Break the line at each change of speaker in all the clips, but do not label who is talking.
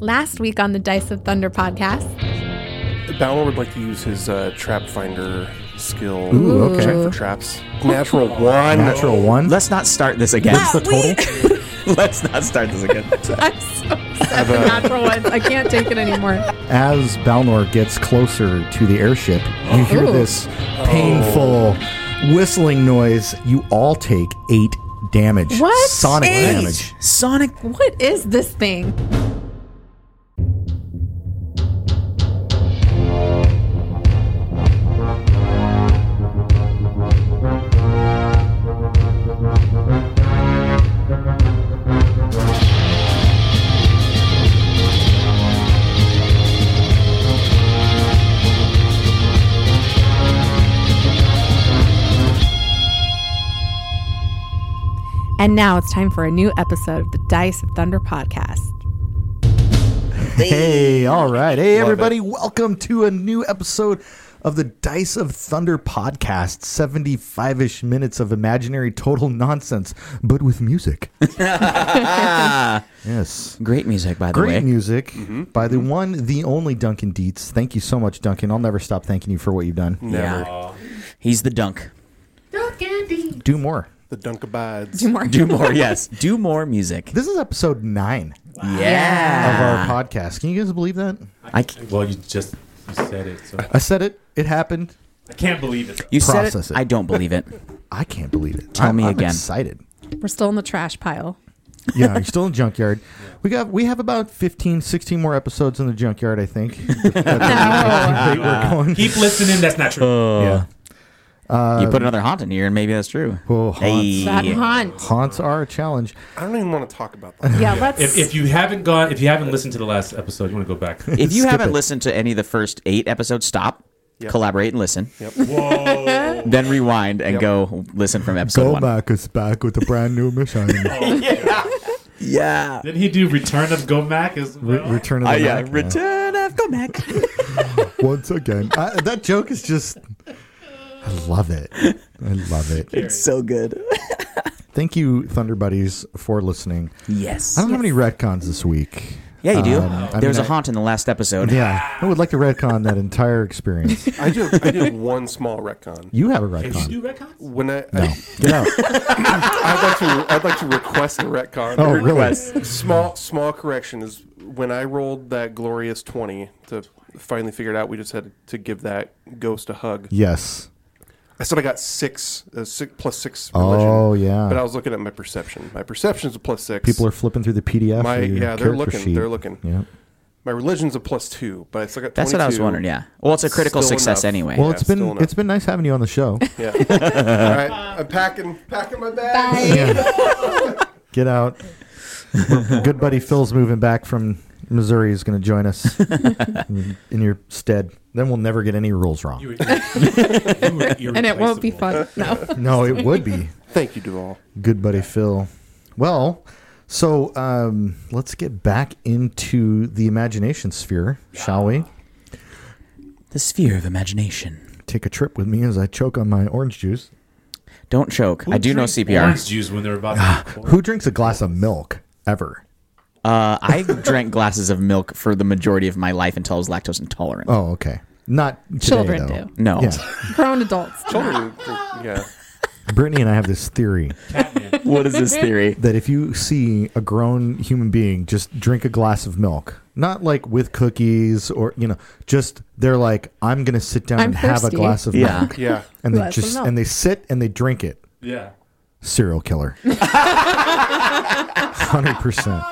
Last week on the Dice of Thunder podcast,
Balnor would like to use his uh, trap finder skill.
Ooh, okay.
Check for traps. Natural one.
Natural one.
Let's not start this again.
What's the total?
Let's not start this again.
I'm so upset the natural ones. I can't take it anymore.
As Balnor gets closer to the airship, you hear
Ooh.
this painful whistling noise. You all take eight damage.
What?
Sonic
Eight?
damage.
Sonic.
What is this thing? And now it's time for a new episode of the Dice of Thunder podcast.
Hey, all right. Hey,
Love
everybody. Welcome to a new episode of the Dice of Thunder podcast. 75 ish minutes of imaginary total nonsense, but with music. yes.
Great music, by the
Great
way.
music by the one, the only Duncan Dietz. Thank you so much, Duncan. I'll never stop thanking you for what you've done.
Never.
He's the dunk.
Do more.
The dunk abides.
Do more, yes. Do more music.
This is episode nine
Yeah.
of our podcast. Can you guys believe that?
I c
Well, you just you said it, so
I said it. It happened.
I can't believe it.
you said it,
Process it.
I don't believe it.
I can't believe it.
Tell
I'm,
me
I'm
again.
Excited.
We're still in the trash pile.
Yeah, you're still in the junkyard. We got we have about 15, 16 more episodes in the junkyard. I think. That's the rate we're going.
Keep listening. That's not true.
Yeah.
you put another haunt in here, and maybe that's true.
Oh, Uh, haunts.
That haunt.
Haunts are a challenge.
I don't even want to talk about that.
Yeah, let's.
if, if you haven't gone, if you haven't listened to the last episode, you want to go back.
If you
Skip
haven't
it.
listened to any of the first eight episodes, stop, collaborate, and listen.
Whoa!
Then rewind and go listen from episode one.
is back with a brand new mission.
Yeah.
Didn't he do Return of Gomak as well?
Return of the
Uh, yeah.
Mac.
Return of Gomek.
once again. I, that joke is just. I love it. I love it.
so good.
Thank you, Thunder Buddies, for listening.
Yes.
I don't have any retcons this week.
Yeah, you do.
Um, I mean,
there was a
I-
haunt in the last episode.
Yeah, I would like to retcon that entire experience.
I did, I did one small retcon.
You have a
Did you
retcon.
do retcons?
When I,
No, get out.
I, would like to, I'd like to request a retcon.
Oh, really?
Small, small correction is when I rolled that glorious twenty to finally figure it out. We just had to give that ghost a hug.
Yes.
I said I got six, uh, six plus six religion.
Oh,
But I
yeah.
was looking at my perception. My perception's a plus six.
People are flipping through the PDF.
My-
of your
yeah, they're
character
looking,
sheet.
they're looking.
Yeah.
My religion's a plus two, but I still got.
That's what I was
22.
wondering. Yeah. Well, it's a critical
Still
success
enough.
anyway.
Well,
Yeah,
it's been
still enough.
it's been nice having you on the show.
Yeah. All right. I'm packing packing my bag.
Get out. Good buddy Phil's moving back from Missouri is going to join us in, in your stead. Then we'll never get any rules wrong.
You were, you were
and it won't be
irreplaceable.
fun. No.
No, it would be.
Thank you, Duval.
Good buddy Phil. Well, so um, let's get back into the imagination sphere, shall we?
the sphere of imagination.
Take a trip with me as I choke on my orange juice.
Don't choke.
Who
I do know
drinks
CPR.
Orange juice when they're about to record?
Who drinks a glass of milk ever?
Uh, I drank glasses of milk for the majority of my life until I was lactose intolerant.
Oh, okay. Not today,
Children
though.
do.
No.
Yeah.
Grown adults.
Children, drink- yeah.
Brittany and I have this theory
What is this theory?
that if you see a grown human being just drink a glass of milk, not like with cookies or you know, just they're like, I'm gonna sit down
I'm
and have a
thirsty.
glass of
Yeah.
milk,
Yeah.
and they
Glass of
just
milk.
and they sit and they drink it.
Yeah.
Serial killer, hundred percent.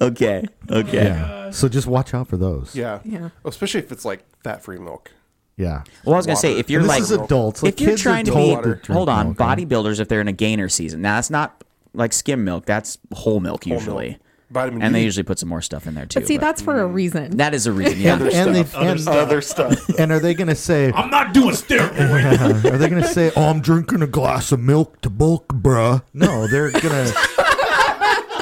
Okay. Okay.
Yeah. So just watch out for those.
Yeah.
Yeah.
Especially if it's like fat-free milk.
Yeah.
Well, I was gonna say if you're
And this
like
is adults. Like
if you're
kids
trying to
adults
be
adult
that drink
hold on
milk, right?
bodybuilders if they're in a gainer season now that's not like skim milk that's whole milk
Whole
usually
milk. Mm-hmm. Vitamin
and
D.
they usually put some more stuff in there too
But see, that's for a reason.
that is a reason yeah
Other
And
stuff.
they- and-
other stuff.
And are they going to say?
I'm not doing steroids.
are they going to say? Oh, I'm drinking a glass of milk to bulk, bruh? No, they're gonna.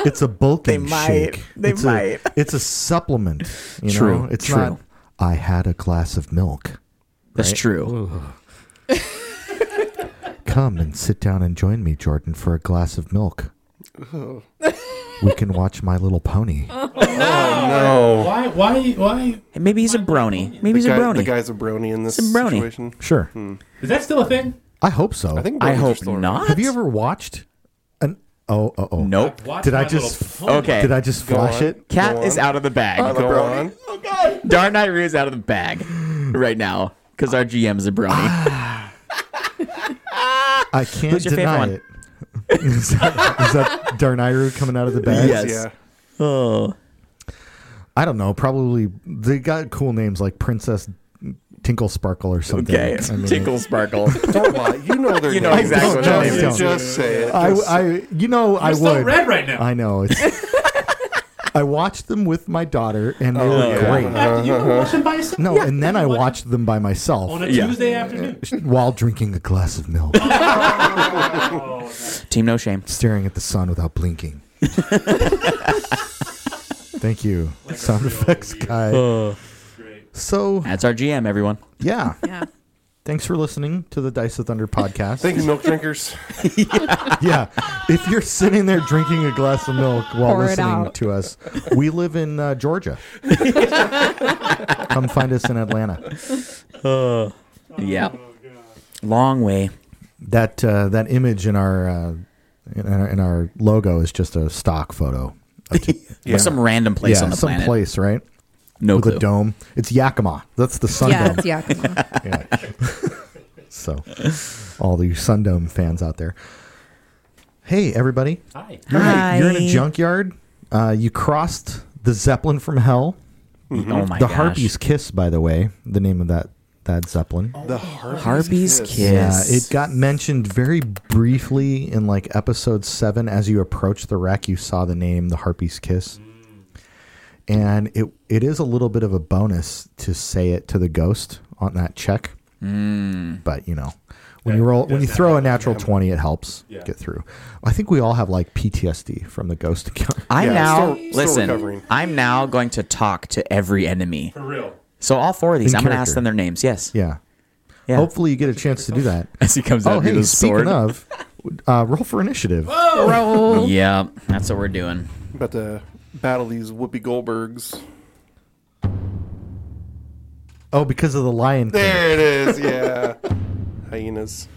It's a bulking
They might.
shake.
They
it's
might.
A, it's a supplement. You
True,
Know? It's
true.
not. I had a glass of milk.
that's true Oh.
Come and sit down and join me, Jordan, for a glass of milk. we can watch My Little Pony.
Oh,
Why? Why? Why?
Maybe he's a brony. Maybe he's
the,
a
guy,
brony.
the guy's a brony in this
He's a brony.
situation.
Sure.
Is that still a thing?
I hope so.
I think bronies
I
are
hope
still around.
not.
Have you ever watched an? Oh, oh, oh.
Nope.
Watch
Did I
My Little
just-
Pony.
Okay.
Did I just
Go
flash
on.
it?
Cat
Go
is
on.
out of the bag.
I'm a
Go
brony.
on. Darn Nairu is out of the bag right now because our GM is
Ah,
a brony.
I can't
Who's your favorite
deny
one?
it. is that, is that Darnayru coming out of the bag?
Yes.
Yeah.
oh.
I don't know. Probably they got cool names like Princess Tinkle Sparkle or something.
Okay.
I mean,
Tinkle sparkle.
Don't lie. You know their
You know
names.
exactly
what
Just,
their name is.
just say it.
I,
Just-
I, you know, I
I'm so
would.
red right now.
I know. It's, I watched them with my daughter, and they were
yeah.
great.
After you watch them by yourself.
uh-huh. No, and then I
watch
watched them by myself
on a
Yeah.
Tuesday afternoon.
while drinking a glass of milk,
Team No Shame.
staring at the sun without blinking. Thank you, sound effects guy.
Uh.
Great.
so
That's our GM, everyone.
yeah,
Yeah.
thanks for listening to the Dice of Thunder podcast.
Thank you, milk drinkers.
yeah. If you're sitting there drinking a glass of milk while
Pour it
listening
out.
to us, we live in uh, Georgia. Come find us in Atlanta.
Yeah. Long way.
That uh, that image in our, uh, in our in our logo is just a stock photo. Of t-
But some random place on the
some
planet.
place, right?
no
With
clue.
a dome. It's Yakima. That's the Sun
Yeah,
Dome.
it's Yakima.
Yeah. so, all the Sundome fans out there. Hey, everybody.
Hi.
You're, in a-
Hi.
you're in a junkyard. Uh, you crossed the Zeppelin from hell.
Oh my
the
gosh.
Harpy's Kiss, by the way, the name of that that Zeppelin.
The Harpy's,
Harpy's Kiss.
Yeah, it got mentioned very briefly in like episode seven. As you approached the wreck, you saw the name, the Harpy's Kiss, and it it is a little bit of a bonus to say it to the ghost on that check. But you know, when
That
you roll, when
does
you
that
throw a
help,
natural
yeah.
twenty, it helps
Yeah.
get through. I think we all have like PTSD from the ghost encounter.
I'm
Yeah,
now
still- still
listen.
recovering.
I'm now going to talk to every enemy.
For real.
So all four of these,
In
I'm going to
character.
ask them their names. Yes.
yeah.
Yeah.
Hopefully, you get a chance to do that.
As he comes out
Oh,
with
hey,
his sword.
speaking of, uh, roll for initiative.
Roll.
Yeah, that's what we're doing.
About to battle these Whoopi Goldbergs.
Oh, because of the Lion King.
There it is. Yeah. Hyenas.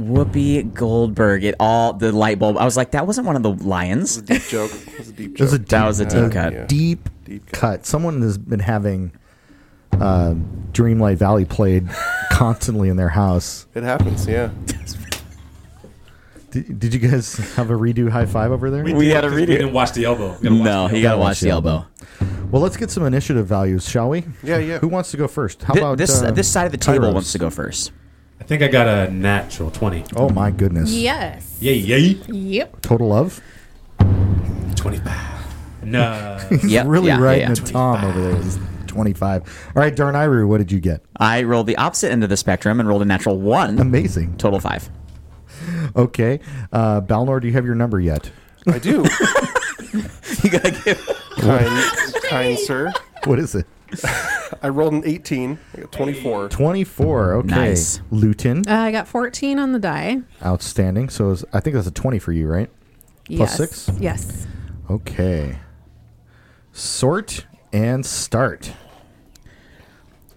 Whoopi Goldberg. It all the light bulb. I was like, that wasn't one of the lions.
Deep joke. It was a deep joke.
There's a deep,
That was a deep
a
cut.
Deep,
Deep
cut. Someone has been having uh, Dreamlight Valley played constantly in their house.
It happens. Yeah.
Did, did you guys have a redo high five over there?
We gotta read
We
it.
didn't watch the elbow. We gotta watch
No,
the
you
elbow.
gotta watch the elbow.
Well, let's get some initiative values, shall we?
Yeah, yeah.
Who wants to go first? How
Thi-
about
this
uh,
this side of the table
Kairos?
wants to go first.
I think I got a natural twenty.
Oh my goodness!
Yes.
Yay! Yay!
Yep.
Total love.
Twenty-five. No.
Yeah,
really
yeah, yeah,
riding
yeah.
a Tom over there. He's Twenty-five. All right, Darnayru, what did you get?
I rolled the opposite end of the spectrum and rolled a natural one.
Amazing.
Total five.
Okay, uh, Balnor, do you have your number yet?
I do.
You gotta give.
kind, kind sir.
What is it?
I rolled an 18. I got 24.
24. Okay.
Nice.
Luton.
Uh, I got 14 on the die.
Outstanding. So is, I think that's a 20 for you, right?
Yes.
six?
Yes.
Okay. Sort and start.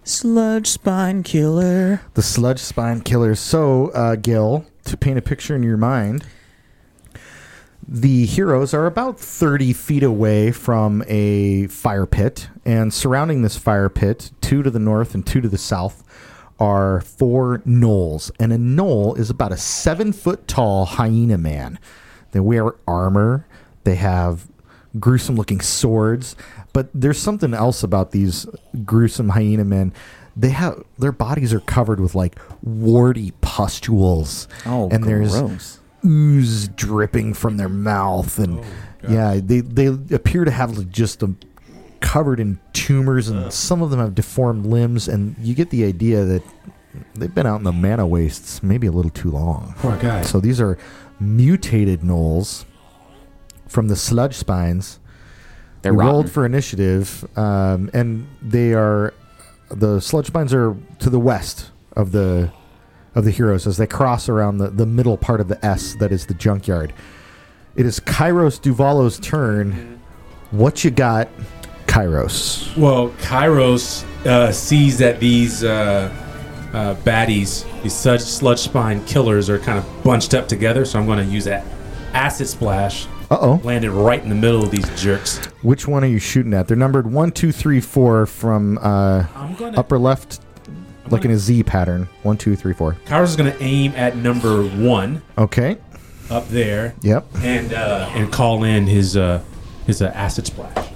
Sludge spine killer.
The sludge spine killers. So, uh, Gil, to paint a picture in your mind, the heroes are about 30 feet away from a fire pit, and surrounding this fire pit, two to the north and two to the south, are four gnolls. And a knoll is about a seven foot tall hyena man. They wear armor, they have gruesome looking swords, but there's something else about these gruesome hyena men. They have their bodies are covered with like warty pustules.
Oh,
and there's
gross.
ooze dripping from their mouth and yeah they they appear to have like, just a covered in tumors and some of them have deformed limbs and you get the idea that they've been out in the mana wastes maybe a little too long
Poor guy.
so these are mutated gnolls from the sludge spines
They're
we
rotten.
rolled for initiative, um, and they are the sludge mines are to the west of the of the heroes as they cross around the, the middle part of the S that is the junkyard. It is Kairos Duvalo's turn. What you got, Kairos?
Well, Kairos uh, sees that these uh, uh, baddies, these such sludge spine killers, are kind of bunched up together. So I'm going to use that acid splash.
Uh oh.
Land it right in the middle of these jerks.
Which one are you shooting at? They're numbered one, two, three, four from uh,
I'm gonna.
upper left, like in a Z pattern. One, two, three, four.
Kairos is going to aim at number one
Okay.
up there.
Yep.
And uh, and call in his uh, his uh, acid splash.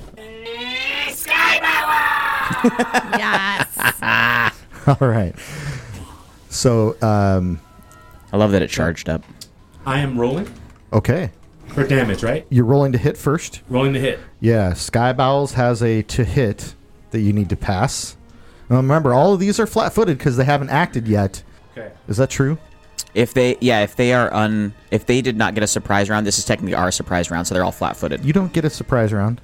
Yes.
All right. So, um,
I love that it charged up.
I am rolling
okay.
for damage, right?
You're rolling to hit first.
Rolling to hit.
Yeah, Sky Bowels has a to hit that you need to pass. Now remember, all of these are flat footed because they haven't acted yet.
Okay.
Is that true?
If they, yeah, if they are un, if they did not get a surprise round, this is technically our surprise round, so they're all flat-footed.
You don't get a surprise round.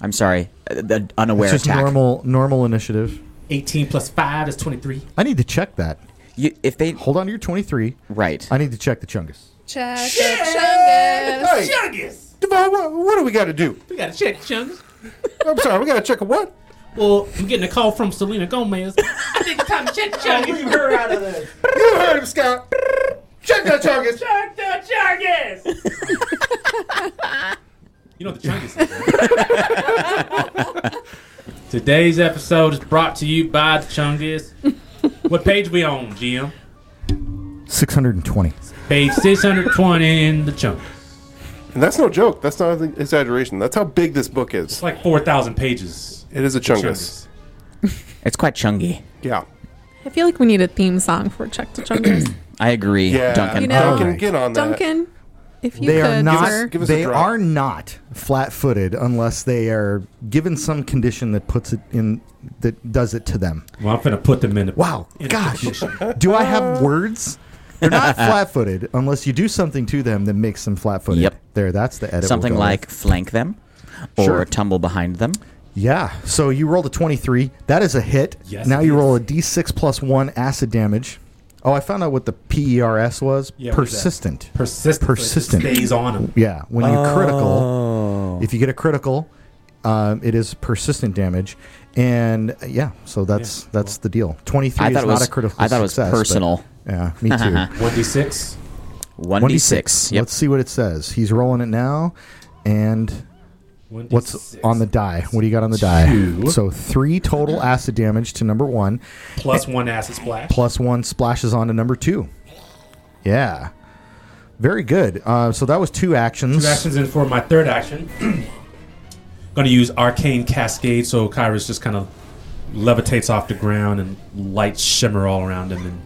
I'm sorry, Uh, the unaware
it's just
attack.
normal normal initiative.
18 plus 5 is 23.
I need to check that.
You, if they,
Hold on to your twenty three.
right?
I need to check the chungus.
Chugga, chugga.
Hey, Devon, what, what do we got to do?
We got to check, Chungus.
I'm sorry, we got to check a what?
Well, I'm getting a call from Selena Gomez. I think it's time to check, Chungus.
You heard him, Scott. Check that target.
Check the Chungus. you know what the Chungus is. right? Today's episode is brought to you by the Chungus. What page we on, Jim?
Six hundred and twenty.
Page 620 in the Chungus.
And that's no joke. That's not an exaggeration. That's how big this book
It's
is.
like 4,000 pages.
It is a chungus.
Chungus.
It's quite chungy.
Yeah.
I feel like we need a theme song for Chuck to Chungus.
I agree,
Yeah.
Duncan.
You know-
Duncan,
Alright.
get on that.
Duncan, if you
Uh, They
could,
are not.
sir.
give us a
they
draw.
are not flat footed unless they are given some condition that puts it in that does it to them.
Well, I'm going to put them in the.
Wow, gosh. Do I have words? They're not flat footed unless you do something to them that makes them flat footed.
Yep.
There, that's the edit. we'll
Something
go
like
with.
flank them, or
Sure.
tumble behind them.
Yeah. So you rolled a 23. That is a hit.
Yes,
now
it
you
is.
roll a d6 plus one acid damage. Oh, I found out what the PERS was
Yeah, what is that?
persistent.
Persistent.
Persistent.
Stays on them.
Yeah, when you
Oh.
critical, if you get a critical, um, it is persistent damage, and uh, yeah, so that's that's the deal. Twenty three
I
is
thought
not
it was.
a critical.
I thought it was
success, but-
personal.
yeah, me too.
1d6.
One d six. Yep.
Let's see what it says. He's rolling it now, and what's on the die? What do you got on the die?
Two.
So three total acid damage to number one,
plus one acid splash?
plus one splashes on to number two. Yeah, very good. Uh, so that was two actions.
Two actions, and for my third action, going to use Arcane Cascade. So Kairos just kind of levitates off the ground, and lights shimmer all around him, and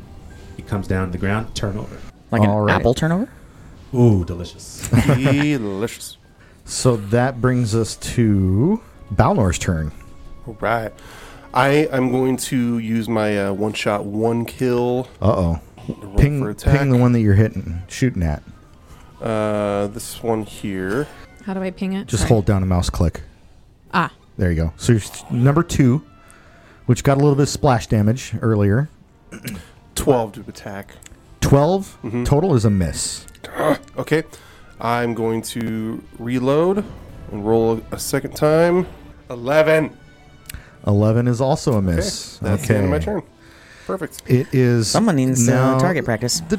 he comes down to the ground. Turnover.
like an
All right.
apple turnover.
Ooh, delicious.
Delicious.
So that brings us to Balnor's turn.
All right. I am going to use my uh, one shot, one kill.
Uh oh.
roll for
Ping,
attack.
ping the one that you're hitting, shooting at.
Uh, this one here.
How do I ping it?
Just
Sorry.
hold down a mouse click.
Ah,
There you go. So you're st- number two, which got a little bit of splash damage earlier.
12 to attack.
12
Mm-hmm.
total is a miss.
Okay. I'm going to reload and roll a second time. 11.
11 is also a miss.
That's the end of my turn. Perfect.
It is.
Someone needs
now,
uh, target practice.
Do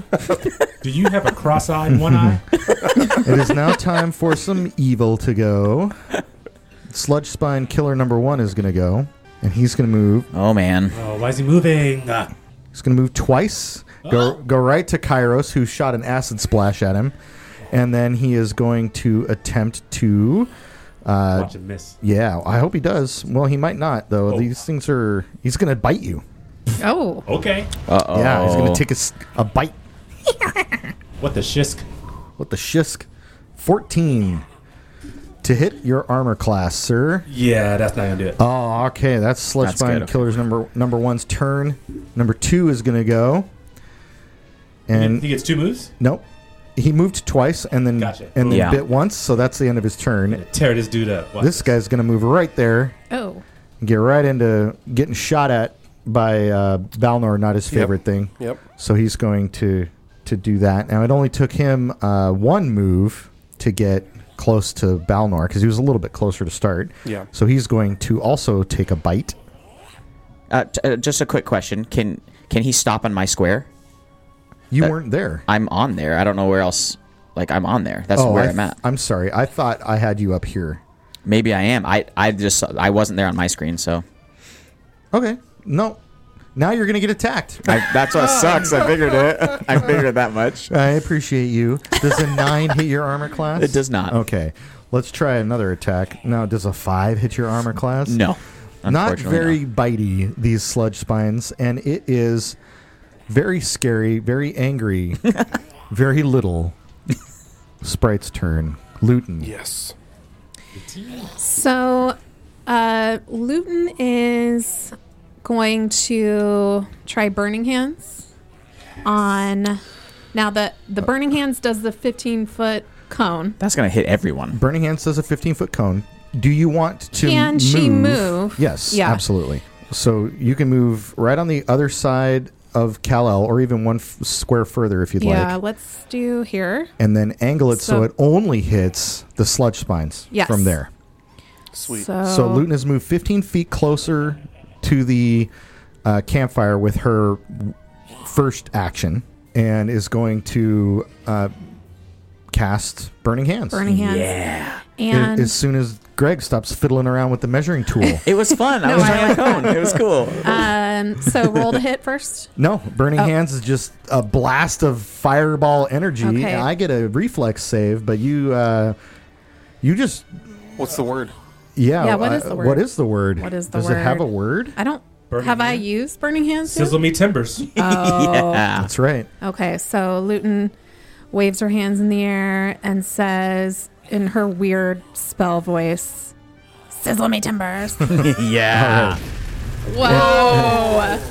you have a cross-eyed one eye?
it is now time for some evil to go. Sludge Spine Killer number one is going to go, and he's going to move
Oh man.
Oh, why is he moving? Ah,
He's going to move twice. Go
Ah.
go right to Kairos, who shot an acid splash at him, and then he is going to attempt to. Uh,
watch him miss.
yeah, I hope he does. Well, he might not though.
Oh.
These things are. He's going to bite you.
oh,
Okay.
Uh oh.
Yeah, he's going to take a, s- a bite.
What the shisk?
What the shisk? Fourteen to hit your armor class, sir.
Yeah, that's not gonna do it.
Oh, okay. That's
That's
Sludgebind
good.
Killer's number number one's turn. Number two is going to go. And
he gets two moves.
Nope. He moved twice and then
Gotcha.
and then
Yeah.
bit once, so that's the end of his turn.
Tear this dude up. Watch
This guy's gonna move right there,
oh.
and get right into getting shot at by uh, Balnor, not his favorite thing.
Yep.
So he's going to to do that. Now it only took him uh, one move to get close to Balnor because he was a little bit closer to start.
Yeah.
So he's going to also take a bite.
Uh, t- uh, just a quick question: Can can he stop on my square?
You
Uh,
weren't there. Oh,
I'm on there. I don't know where else. Like I'm on there. That's where
I
I'm at.
am sorry. I thought I had you up here.
Maybe I am. I I just I wasn't there on my screen, so
Okay. No. Now you're going to get attacked.
I, that's what sucks. I figured it. I figured that much.
I appreciate you. Does a nine hit your armor class?
It does not.
Okay. Let's try another attack. Now, does a five hit your armor class?
No,
Not
unfortunately
very
not.
bitey, these sludge spines, and it is very scary, very angry, very little. Sprite's turn. Luton.
Yes.
So, uh, Luton is going to try Burning Hands on. Now, the, the Burning Hands does the 15 foot cone.
That's gonna hit everyone.
Burning Hands does a 15 foot cone. Do you want to
Can
move?
she move?
Yes,
Yeah.
absolutely. So you can move right on the other side of Kal-El or even one f- square further if you'd
yeah,
like.
let's do here.
And then angle it so,
So-
it only hits the sludge spines
Yes.
from there.
Sweet.
So,
So Luton has moved 15 feet closer to the uh, campfire with her first action and is going to uh, cast Burning Hands.
Burning Hands.
Yeah,
And
as soon as Greg stops fiddling around with the measuring tool.
it was fun. I
No,
was
I
trying my cone. It was cool.
um, so roll to hit first.
No,
Oh.
Burning Hands is just a blast of fireball energy.
Okay.
I get a reflex save, but you, uh, you just,
What's the word?
yeah.
Yeah, what
uh,
is the
What
word?
is the word?
What is the
Does it have a
word?
word?
I don't.
Burning
have I
Hand?
used Burning Hands? yet?
Sizzle me timbers.
Ah.
yeah.
That's right.
Okay, so Luton waves her hands in the air and says in her weird spell voice, Sizzle me timbers.
yeah.
Whoa.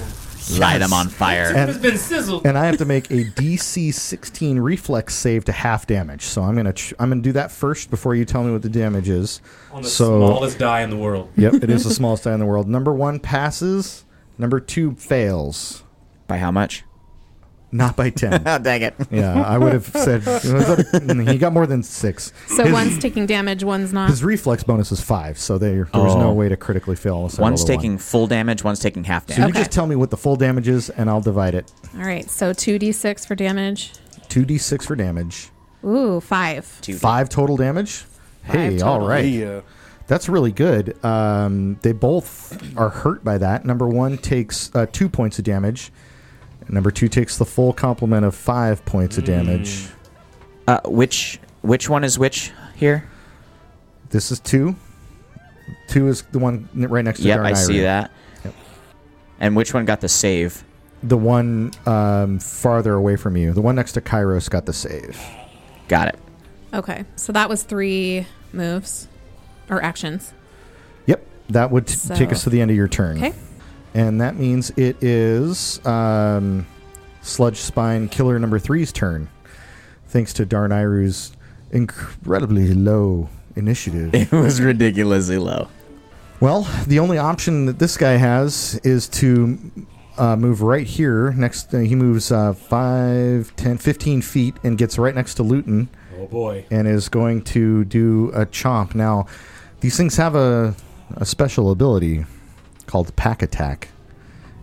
Light them on fire.
it's been sizzled.
And I have to make a DC 16 reflex save to half damage. So I'm gonna ch- I'm gonna do that first before you tell me what the damage is.
On the
so
smallest die in the world.
yep, it is the smallest die in the world. Number one passes. Number two fails.
By how much?
Not by ten.
Oh dang it!
yeah, I would have said was that- he got more than six.
so
His-
one's taking damage, one's not.
His reflex bonus is five, so there, there was no
Oh.
way to critically fail. unless I
One's
rolled a one.
taking full damage. One's taking half
So
damage.
you just tell me what the full damage is, and I'll divide it.
All right, so 2d6 for damage.
Two d six for damage,
Ooh, five.
Two-
five total damage. Hey,
Five
all
total.
right,
Yeah.
that's really good. Um, they both are hurt by that. Number one takes uh, two points of damage. and Number two takes the full complement of five points of
Mm.
damage.
Uh, which which one is which here?
This is two. Two is the one n- right next to
Yep, I
Darnayru.
see that. And which one got the save?
The one um, farther away from you, the one next to Kairos, got the save.
Got it.
Okay, so that was three moves or actions.
Yep, that would t-
So-
take us to the end of your turn.
Okay.
And that means it is um, Sludge Spine Killer number three's turn, thanks to Darnayru's incredibly low initiative.
It was ridiculously low.
well, the only option that this guy has is to uh, move right here. Next, uh, he moves uh, 5, 10, 15 feet and gets right next to Luton
Oh boy.
and is going to do a chomp. Now, these things have a, a special ability called Pack Attack.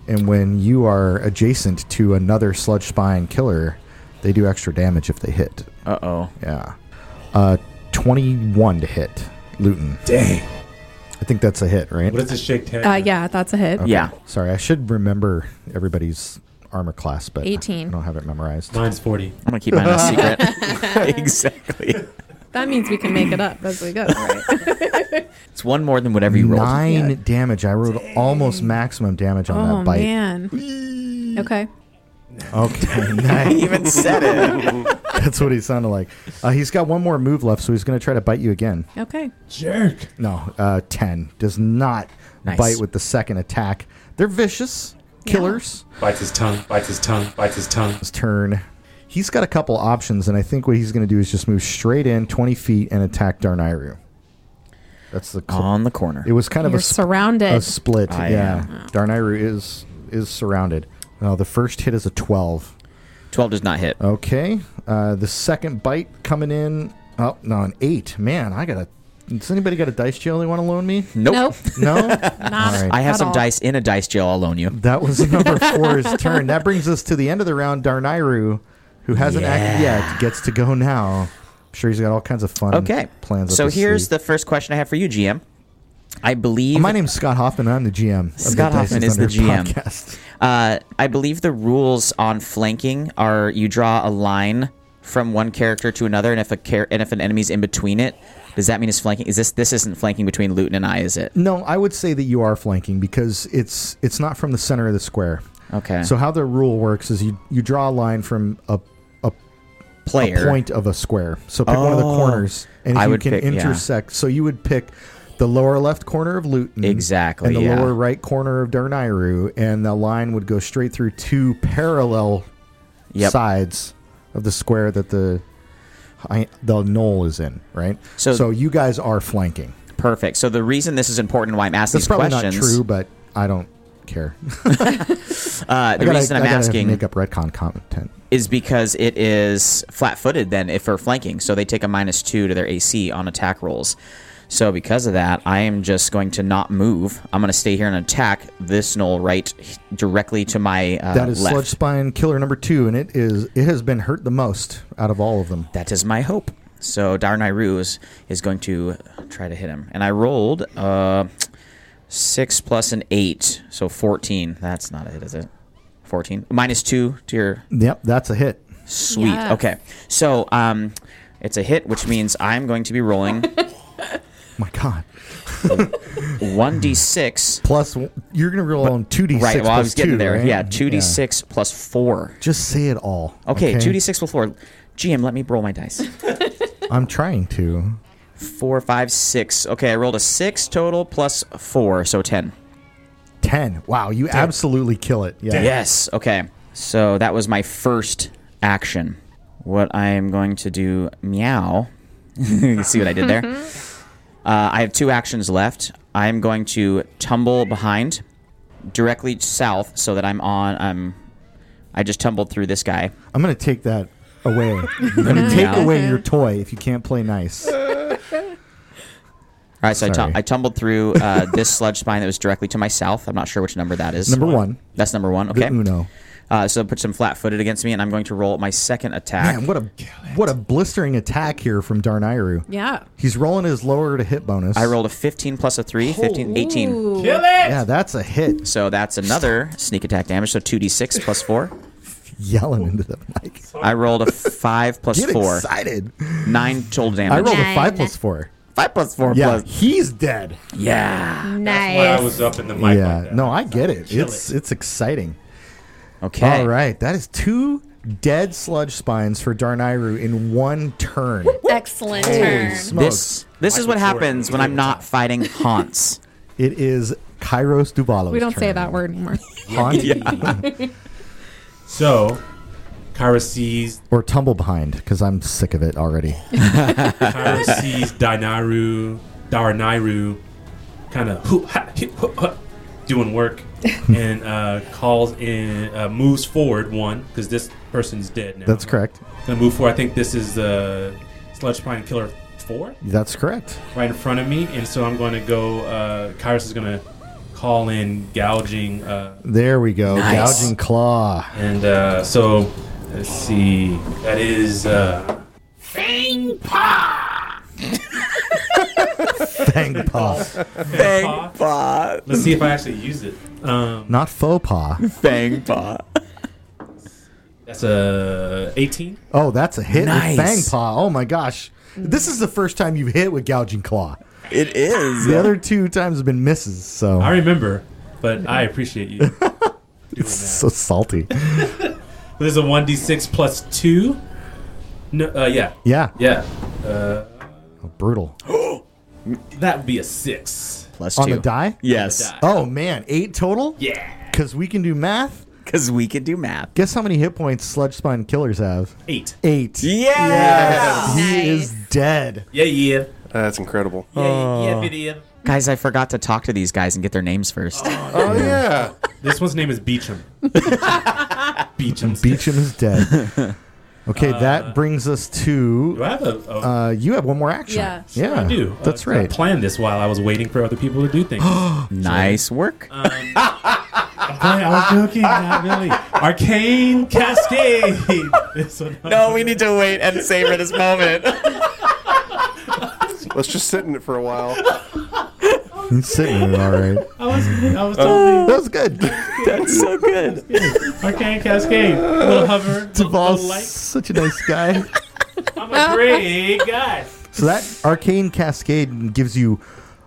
And when you are adjacent to another Sludge Spine killer, they do extra damage if they hit.
Uh oh.
Yeah. Uh, 21 to hit, Luton.
Dang.
I think that's a hit, right?
What is this shake tag?
Uh, yeah, that's a hit.
Yeah.
Sorry, I should remember everybody's armor class, but
18.
I don't have it memorized.
Mine's 40.
I'm gonna keep mine a secret. exactly.
That means we can make it up as we go.
It's one more than whatever you rolled.
Nine damage. I rolled almost maximum damage on
Oh,
that bite.
man. Okay.
Okay, nice.
even said it.
That's what he sounded like. Uh, he's got one more move left, so he's going to try to bite you again.
Okay.
Jerk.
No, uh, 10. Does not
Nice.
bite with the second attack. They're vicious killers.
Bites his tongue. Bites his tongue. Bites his tongue.
His turn. He's got a couple options, and I think what he's going to do is just move straight in 20 feet and attack Darnayru. That's the cl-
On the corner.
It was kind of
You're
a, sp-
surrounded. Oh.
a split.
I
yeah. Darnayru is is surrounded. Uh, the first hit is a 12. Oh.
Twelve does not hit.
Okay. Uh, the second bite coming in Oh no, an eight. Man, I got a. Does anybody got a dice jail they want to loan me?
Nope.
No.
Not,
right.
I have
at
some
all.
dice in a dice jail. I'll loan you.
That was number four's turn. That brings us to the end of the round. Darnayru, who hasn't acted yet, gets to go now. I'm sure he's got all kinds of fun
Okay.
plans.
So here's the first question I have for you, GM. I believe
My name's Scott Hoffman. I'm the GM. of the
Scott
Dice
Hoffman
and
is the
Thunder
GM.
podcast.
Uh, I believe the rules on flanking are you draw a line from one character to another, and if a char- and if an enemy's in between it, does that mean it's flanking? Is this this isn't flanking between Luton and I? Is it?
No, I would say that you are flanking because it's it's not from the center of the square.
Okay.
So how the rule works is you you draw a line from a
player.
a point of a square. So pick one of the
Oh.
corners, and if
I
you
would
can
pick- yeah.
intersect. So you would pick the lower left corner of Luton,
Exactly,
and the
yeah.
lower right corner of Darnayru, and the line would go straight through two parallel
Yep.
sides of the square that the I, the knoll is in. Right.
So-
so you guys are flanking.
Perfect. So the reason this is important, and why I'm asking
That's
these
probably
questions,
not true, but I don't care.
Uh, the
I gotta-
reason I'm
I gotta
asking
make up retcon content.
is because it is flat-footed. Then, if for flanking, so they take a minus two to their AC on attack rolls. So because of that, I am just going to not move. I'm going to stay here and attack this knoll right h- directly to my uh,
That is
left.
Sludge Spine Killer number two, and it is it has been hurt the most out of all of them.
That is my hope. So Darnayru is, is going to try to hit him. And I rolled uh, 6 plus an 8, so 14. That's not a hit, is it? 14. Minus 2 to your
Yep, that's a hit.
sweet.
Yes.
Okay. So um, it's a hit, which means I'm going to be rolling
My God.
1d6.
Plus, you're gonna roll on two d six.
Right, well, I was getting
two,
there.
right?
Yeah, 2d6 plus 4.
Just say it all.
Okay, 2d6 plus 4. GM, let me roll my dice.
I'm trying to.
Four, five, six. Okay, I rolled a 6 total plus 4, so 10.
Ten. Wow, you absolutely kill it. Yeah.
Yes. Okay. So that was my first action. What I am going to do, meow. You See what I did there? Uh, I have two actions left. I'm going to tumble behind, directly south, so that I'm on. Um, I just tumbled through this guy.
I'm gonna take that away. I'm gonna take
Yeah.
away your toy if you can't play nice.
All right, so I, tum-
Sorry.
I tumbled through uh, this sludge spine that was directly to my south. I'm not sure which number that is.
Number one,
That's number one.
the
Okay.
Uno.
Uh, so put some flat-footed against me, and I'm going to roll my second attack.
Man, what a what a blistering attack here from Darnayru.
Yeah.
He's rolling his lower to hit bonus.
I rolled a 15 plus a 3, 15, 18.
Ooh.
Kill it!
Yeah, that's a hit.
So that's another sneak attack damage. So 2d6 plus 4.
Yelling into the mic.
I rolled a 5 plus
Get
4.
excited.
9 total
I
damage.
rolled a five
Nine.
plus four.
5 plus 4
Yeah,
plus.
he's dead.
Yeah.
That's why I
Nice.
was up in the mic.
yeah,
like that.
no, I get it.
Kill
It's it's exciting.
Okay.
All right, that is two dead sludge spines for Darnayru in one turn.
Excellent turn.
This this is what
Michael Jordan.
happens when I'm not fighting haunts.
It is Kairos Duvalos.
We don't say
turn.
that word anymore.
Haunt
So, Kyra sees
or tumble behind because I'm sick of it already.
Kyra sees Dainaru, Darinairu, kind of hoo, ha, hip, hoo, ha, doing work, and uh, calls in, uh, moves forward one because this person's dead now.
That's correct.
Gonna move forward. I think this is uh, Sludge Pine Killer four
That's correct.
right in front of me, and so I'm going to go. Uh, Kairos is gonna call in gouging, uh,
There we go. Gouging claw.
and uh, so let's see. That is. Uh,
Fang paw.
Bang Let's see if I actually use it. Um,
Not faux paw.
Bang paw.
that's a 18.
Oh, that's a hit
Nice.
with fang paw. Oh my gosh. This is the first time you've hit with gouging claw.
It is.
The other two times have been misses, so
I remember, but I appreciate you. doing that.
so salty.
This is a 1d6 plus 2. No, uh, yeah.
Yeah.
Yeah. Uh,
Brutal.
that would be a 6.
Plus 2.
On the die?
Yes.
On the die.
Oh man, eight total?
Yeah.
Because we can do math.
Because we can do math.
Guess how many hit points Sludge Spine Killers have?
8.
Eight.
Yeah.
He
Nice.
is dead.
Yeah, yeah.
That's incredible.
Yeah, yeah, video.
Guys, I forgot to talk to these guys and get their names first.
Oh yeah.
This one's name is Beecham. Beecham.
Beecham is dead. Okay,
Uh,
that brings us to.
Do I have a? a
Uh, you have one more action.
Yeah.
yeah,
I do. Uh,
That's
'cause I
right.
planned this while I was waiting for other people to do things.
Nice work.
I was joking, not really. Arcane Cascade. This one-
need to wait and savor this moment.
Let's just sit in it for a while.
It's sitting in it all right.
I was, I was totally
That was good.
That's so good.
Uh, Arcane Cascade. Little hover. little
Duval's
light.
such a nice guy.
I'm a great guy.
So that arcane cascade gives you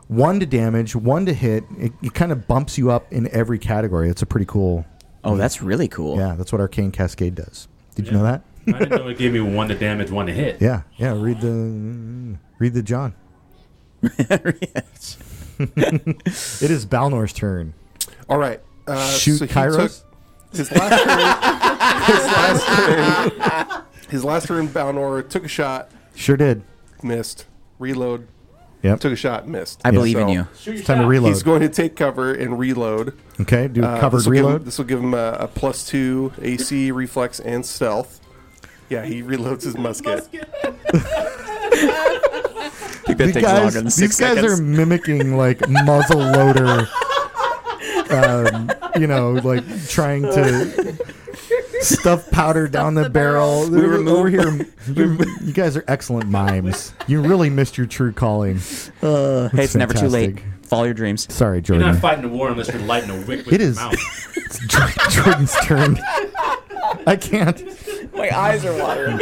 one to damage, one to hit. It, it kind of bumps you up in every category. It's a pretty cool.
Oh, that's really cool.
Yeah, that's what arcane cascade does. Did you know that?
I didn't know it gave me one to damage, one to hit.
Yeah, yeah. Read the read the John. It is Balnor's turn.
All right. Uh,
Shoot
so he
Kairos.
took His last turn. his last turn. His last turn. Balnor took a shot,
Sure did.
missed. Reload.
Yep.
Took a shot, missed.
I believe in
So
you.
It's time to reload.
He's going to take cover and reload.
okay, do a
Uh,
covered
this will give him-
reload.
This will give him a, a plus two AC, reflex, and stealth. Yeah, he reloads his musket.
I think that
These guys, these guys are mimicking like muzzle loader. Um, you know, like trying to stuff powder down the, barrel. We were over here. You, you guys are excellent mimes. You really missed your true calling.
hey, it's never too late.
fantastic.
Follow your dreams.
Sorry,
You're not
Jordan.
fighting a war unless you're lighting a wick with
It
your
is-
mouth.
It's Jor- Jordan's turn. I can't.
My eyes are watering.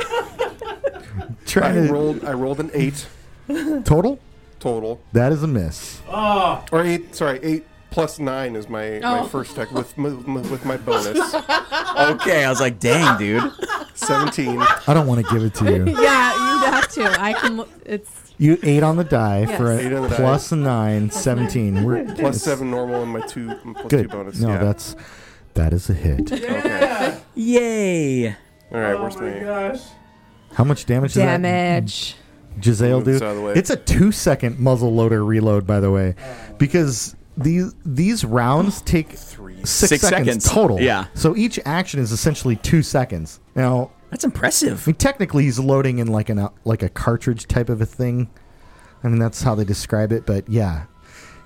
Try
I
to
rolled. I rolled an eight
total.
total,
That is a miss.
Oh,
or eight. Sorry, eight plus nine is my,
Oh.
my first tech with my, my- with my bonus
Okay, I was like, dang, dude.
seventeen.
I don't want to give it to you.
Yeah, you have to. I can. look- It's
You eight on the die for
Yes.
Eight on the
a
die.
plus a nine, 17. We're
plus
it's
seven normal and my two and plus two
Good.
bonus.
no,
yeah.
that's that is a hit.
okay.
Yay.
All right, where's my?
Oh gosh.
How much damage does that
Damage.
Giselle
Move
do?
this out of the way.
It's a two second muzzle loader reload, by the way, because these these rounds take six,
Six seconds.
total.
Yeah.
So each action is essentially two seconds. Now,
That's
I
impressive.
mean, technically, he's loading in like an uh, like a cartridge type of a thing. I mean, that's how they describe it. But yeah,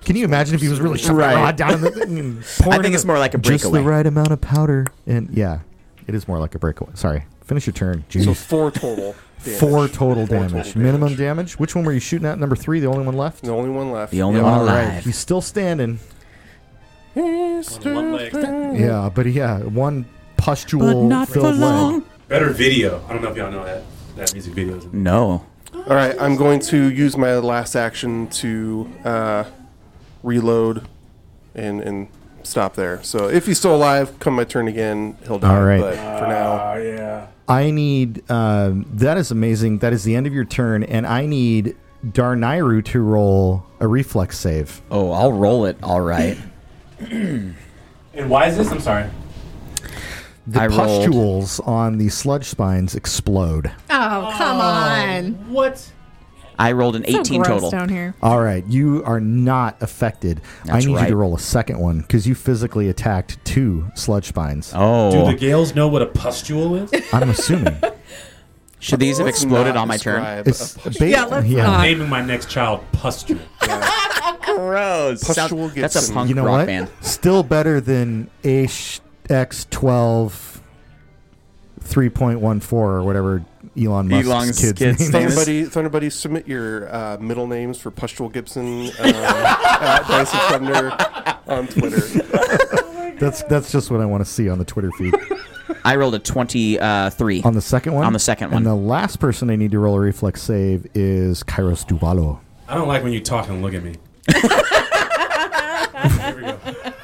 can you imagine if he was really shoving
Right.
that rod down in the thing and pouring
I think
in
it's
the-
more like a
just the
breakaway.
right amount of powder? And yeah, it is more like a breakaway. Sorry, finish your turn.
So
Jeez.
four total. damage.
Four total
Four
damage.
total
Minimum damage. Which one were you shooting at? Number three, the only one left.
The only one left.
The only one
All right,
alive.
he's still standing.
One leg.
Yeah, but yeah, one pustule filled leg.
Better video. I don't know if y'all know that. That music video is
No.
All right, I'm going to use my last action to uh, reload and and stop there. So if he's still alive, come my turn again, he'll die.
All right.
But for
Oh,
now,
yeah.
I need. Um, that is amazing. That is the end of your turn, and I need Darnayru to roll a reflex save.
Oh, I'll roll it. All right.
And why is this? I'm sorry.
The
I rolled.
pustules on the sludge spines explode.
oh come on.
What?
I rolled an 18
gross
total.
down here.
All right, you are not affected. I
That's
need you
right.
to roll a second one because you physically attacked two sludge spines.
Do
Oh.
the Gales know what a pustule is?
I'm assuming
Should these have
let's
exploded
not
on my turn?
describe Uh, a
it's ba- yeah.
let's not.
Naming my next child Pustule.
Gross.
Pustule gets
That's a
some-
punk
You know
rock
what?
band.
Still better than HX12 3.14 or whatever Elon Musk's
Elon's
kid's
kid's
name
name
is.
is-
Thunderbuddy, Thunderbuddy, submit your uh, middle names for Pustule Gibson uh, at Dice of Thunder on Twitter.
That's that's just what I want to see on the Twitter feed.
I rolled a 23.
on the second one.
On the second one.
And the last person I need to roll a reflex save is Kairos Duvalo.
I don't like when you talk and look at me. Here we go.
I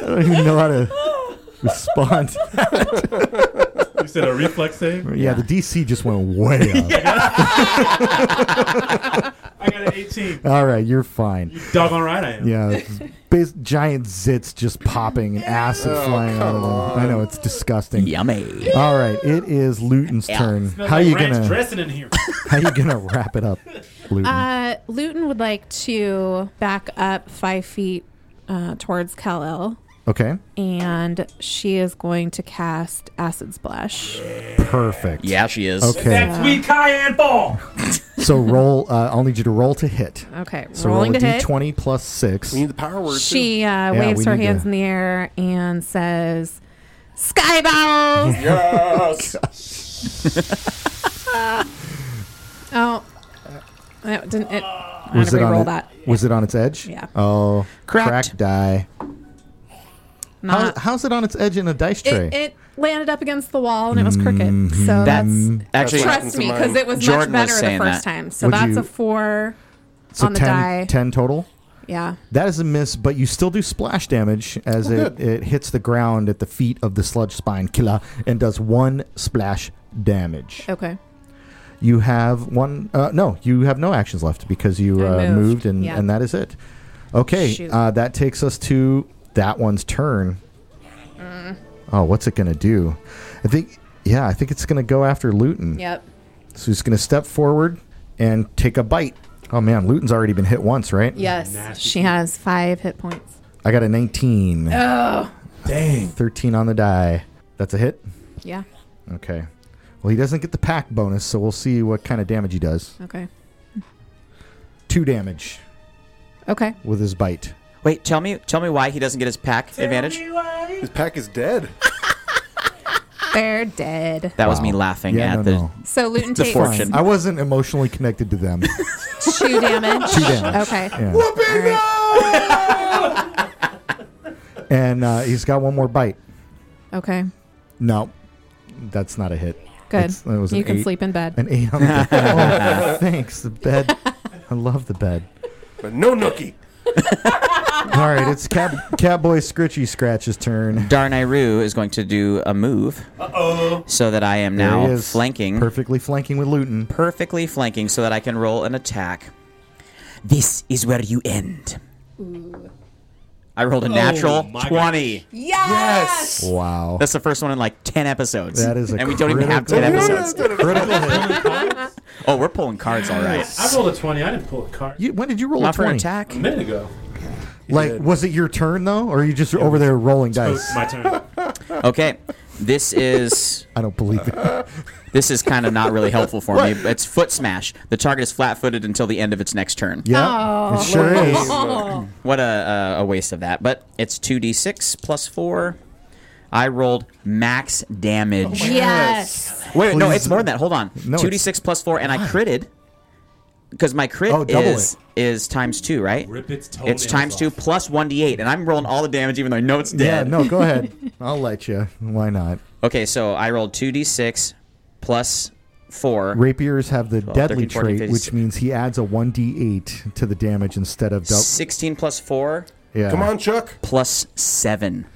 don't even know how to respond. yeah,
You said a reflex save?
the DC just went way up.
I got an 18.
All right, you're fine.
Doggone right I am.
Yeah, it's bas- giant zits just popping and acid
Oh,
flying out of them. I know it's disgusting.
Yummy.
All right, it is Luton's turn.
Smells
How
like
you
ranch
gonna
dressing in here?
How you gonna wrap it up, Luton?
Uh, Luton would like to back up five feet uh, towards Kal El.
Okay.
and she is going to cast Acid Splash.
Perfect.
Yeah, she is.
Okay.
That's we cayenne ball.
so roll. Uh, I'll need you to roll to hit.
Okay,
So
rolling
roll a
to hit.
d20 plus six.
We need the power word. too.
She uh,
Yeah, we
waves her
need
hands
to-
in the air and says, "Skyballs!"
Yes.
oh, no, it didn't it? I'm
Was it
gonna
on
re-roll
it-
that.
Was it on its edge?
Yeah.
Oh,
Cracked.
cracked die. How,
Not.
how's it on its edge in a dice tray? Mm-hmm.
it, it landed up against the wall and it was crooked. So that's
Um,
That's actually
what
trust
happened to
me
mine.
because it was
Jordan was
much better the
saying
first
that.
time. So
Would
that's
you-
a four.
so
on the
10,
die.
10 total.
Yeah.
That is a miss, but you still do splash damage
Oh,
as
Well,
it,
good.
it hits the ground at the feet of the sludge spine killer and does one splash damage.
Okay.
You have one. Uh, no, you have no actions left because you
I
uh, moved.
moved,
and,
yeah.
and that is it. Okay,
Shoot.
uh, that takes us to that one's turn.
Mm.
Oh, what's it gonna do? I think. Yeah, I think it's gonna go after Luton.
Yep.
So he's gonna step forward and take a bite. Oh man, Luton's already been hit once, right?
Yes.
Nasty.
She has five hit points.
I got a 19,
Dang.
13 on the die. That's a hit.
Yeah.
Okay. Well, he doesn't get the pack bonus, so we'll see what kind of damage he does.
Okay.
Two damage
Okay.
with his bite.
Wait, tell me, tell me why he doesn't get his pack advantage.
His pack is dead.
They're dead.
That was
Wow.
me laughing
Yeah,
at
no,
the.
no.
So Luton
The
takes
fortune.
I wasn't emotionally connected to them.
two damage.
Two damage.
Okay.
Yeah.
All right.
And uh, he's got one more bite.
Okay.
No, that's not a hit.
Good.
That's- that was an
You can
eight.
sleep in bed.
An eight on the bed. oh, thanks. The bed. I love the bed.
But no nookie.
All right, it's Cat Catboy Scritchy Scratch's turn.
Darnayru is going to do a move. So that I am
There he
now
is,
flanking.
Perfectly flanking with Luton.
perfectly flanking so that I can roll an attack. This is where you end. I rolled a natural
Oh my
20.
Yes.
Wow.
That's the first one in like 10 episodes.
That is a
And we don't even have 10
critical-
episodes.
Critical hit.
Oh, we're pulling cards, all right.
I rolled a twenty. I didn't pull a card.
You, when did you roll
Not
a
for an
20?
attack.
A minute ago.
Like,
did.
was it your turn, though? Or are you just over there rolling dice?
Oh, my turn.
Okay. This is
I don't believe it.
this is kind of not really helpful for me. It's foot smash. The target is flat-footed until the end of its next turn.
Yeah, it sure
Oh.
is.
What a, a, a waste of that. But it's 2d6 plus 4. I rolled max damage.
Yes.
Wait, wait, no,
Oh Please.
it's more than that. Hold on.
No,
Two d six plus four, and I critted because my crit
Oh, double
is is times two, right?
Rip its toe.
It's times two plus one d eight, and I'm rolling all the damage, even though I know it's
Yeah,
dead.
no, go ahead. I'll let you. Why not?
Okay, so I rolled two d six plus four.
Rapiers have the deadly
13, 14,
trait, which
56.
means he adds a 1d8 to the damage instead of double.
16 plus 4
Yeah.
Come on, Chuck.
plus 7.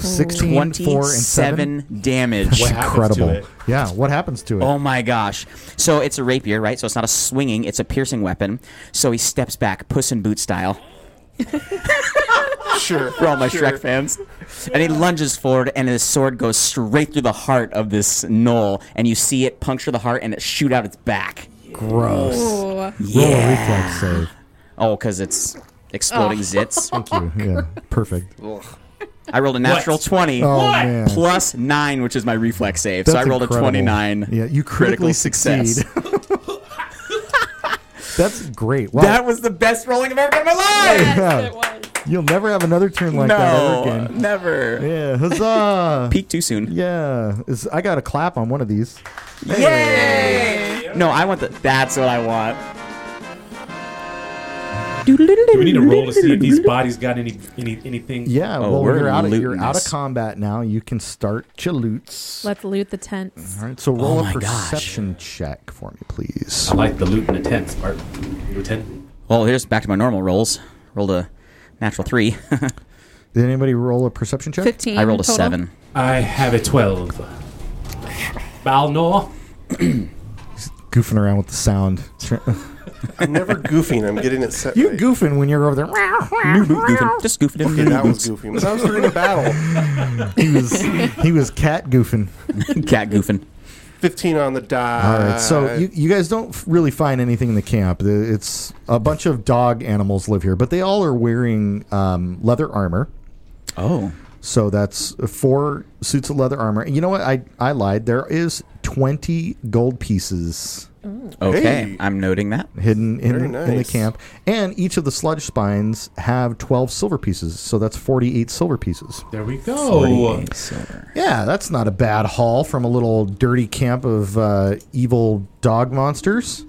16, 4, and 7.
27 damage.
What happens to
Incredible.
it?
Yeah, what happens to it?
Oh my gosh. So it's a rapier, right? So it's not a swinging, it's a piercing weapon. So he steps back, puss in boot style.
Sure.
for all my
sure.
Shrek fans. And he lunges forward, and his sword goes straight through the heart of this knoll, and you see it puncture the heart and it shoot out its back.
Gross.
Ooh.
Roll a
Yeah.
reflex save.
Oh, because it's exploding zits.
Thank you. Yeah, perfect.
I rolled a natural
What?
20
Oh, man.
plus 9, which is my reflex save. so I
That's
rolled
incredible.
a 29.
Yeah, you critically
critical success.
succeed. That's great. Wow.
That was the best rolling I've ever done in my life!
Yeah. You'll never have another turn like that ever
no,
again.
never.
Yeah, huzzah!
Peak too soon.
Yeah, Is- I got a clap on one of these.
Yay! No, I want the. That's what I want.
Do we need to roll to see if these bodies got any any anything?
Yeah,
Oh,
well,
we're
you're out, of, you're
looting
out of
this.
combat now. You can start your loots.
Let's loot the tents.
All right, so roll
Oh
a
my gosh.
perception check for me, please.
I like the loot and the tents part. Lieutenant.
Well, here's back to my normal rolls. Rolled a natural three.
Did anybody roll a perception check?
Fifteen.
I rolled a
total.
seven.
I have a twelve. Balnor.
Goofing around with the sound.
I'm never goofing. I'm getting it set.
you
right.
goofing when you're over there.
Ah,
Goofing. Just goofing.
Okay, that was goofy. When I was doing a battle,
He was he was cat goofing.
Cat goofing.
15 on the die.
All right, so you, you guys don't f- really find anything in the camp. The- It's a bunch of dog animals live here, but they all are wearing um, leather armor.
Oh.
So that's four suits of leather armor. You know what? I, I lied. There is 20 gold pieces
Okay.
Hey.
I'm noting that.
hidden in,
Very
in the
nice.
camp. And each of the sludge spines have 12 silver pieces. So that's 48 silver pieces.
There we go.
48 silver.
Yeah, that's not a bad haul from a little dirty camp of uh, evil dog monsters.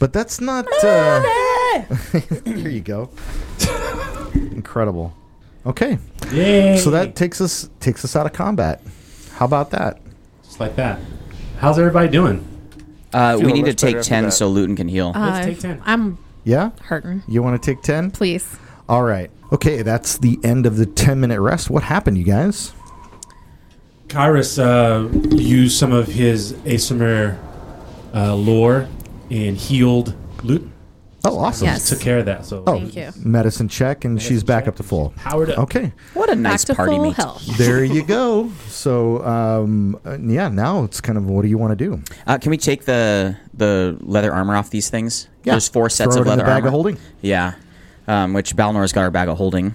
But that's not. Uh, here you go. Incredible. Okay,
Yay.
so that takes us takes us out of combat. How about that?
just like that. How's everybody doing?
Uh, we
Feel
need to
much better
take
after
10
that.
so Luton can heal.
Let's
Uh,
take 10.
I'm
Yeah,
hurting.
you want to take ten?
Please.
All right. Okay, that's the end of the ten minute rest. What happened, you guys?
Kyrus uh, used some of his Asimir uh, lore and healed Luton.
Oh, awesome.
Yes.
Took care of that. So
Oh,
Thank you.
medicine check, and she's back up to full.
Powered up.
Okay.
what a
Back
nice
to
party
full
meet.
health.
there you go. So, um, uh, yeah, now it's kind of what do you want to do?
Uh, can we take the the leather armor off these things?
Yeah.
There's four sets
Throw
of
it in
leather
the bag
armor.
of holding.
Yeah. Um, which Balnor's got our bag of holding.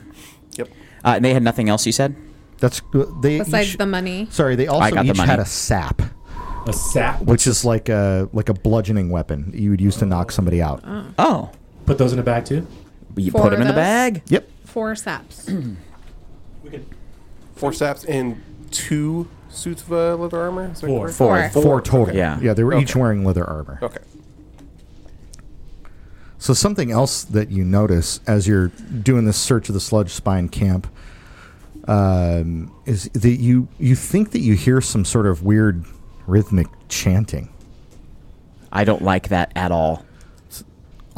Yep.
Uh, and they had nothing else, you said?
That's uh, they.
Besides
each-
the money.
sorry, they also
got the
each
money.
had a sap,
A sap.
which is like a like a bludgeoning weapon you would use to knock somebody out.
Oh.
Put those in a bag too.
You
Four
put
of
them in the
those?
bag?
Yep.
Four saps.
We could
Four saps and two suits of uh, leather armor. Is that
Four.
correct?
Four.
Four, total.
Yeah.
Yeah, they were each wearing leather armor.
Okay.
So something else that you notice as you're doing this search of the sludge spine camp um, is that you you think that you hear some sort of weird rhythmic chanting
I don't like that at all.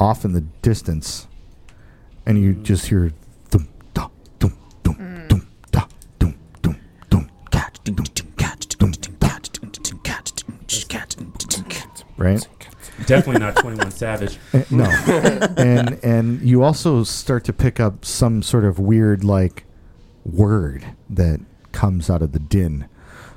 off in the distance, and you just hear dum da dum dum dum da dum dum dum da dum dum da right.
definitely not 21 Savage.
Uh, no and and you also start to pick up some sort of weird like word that comes out of the din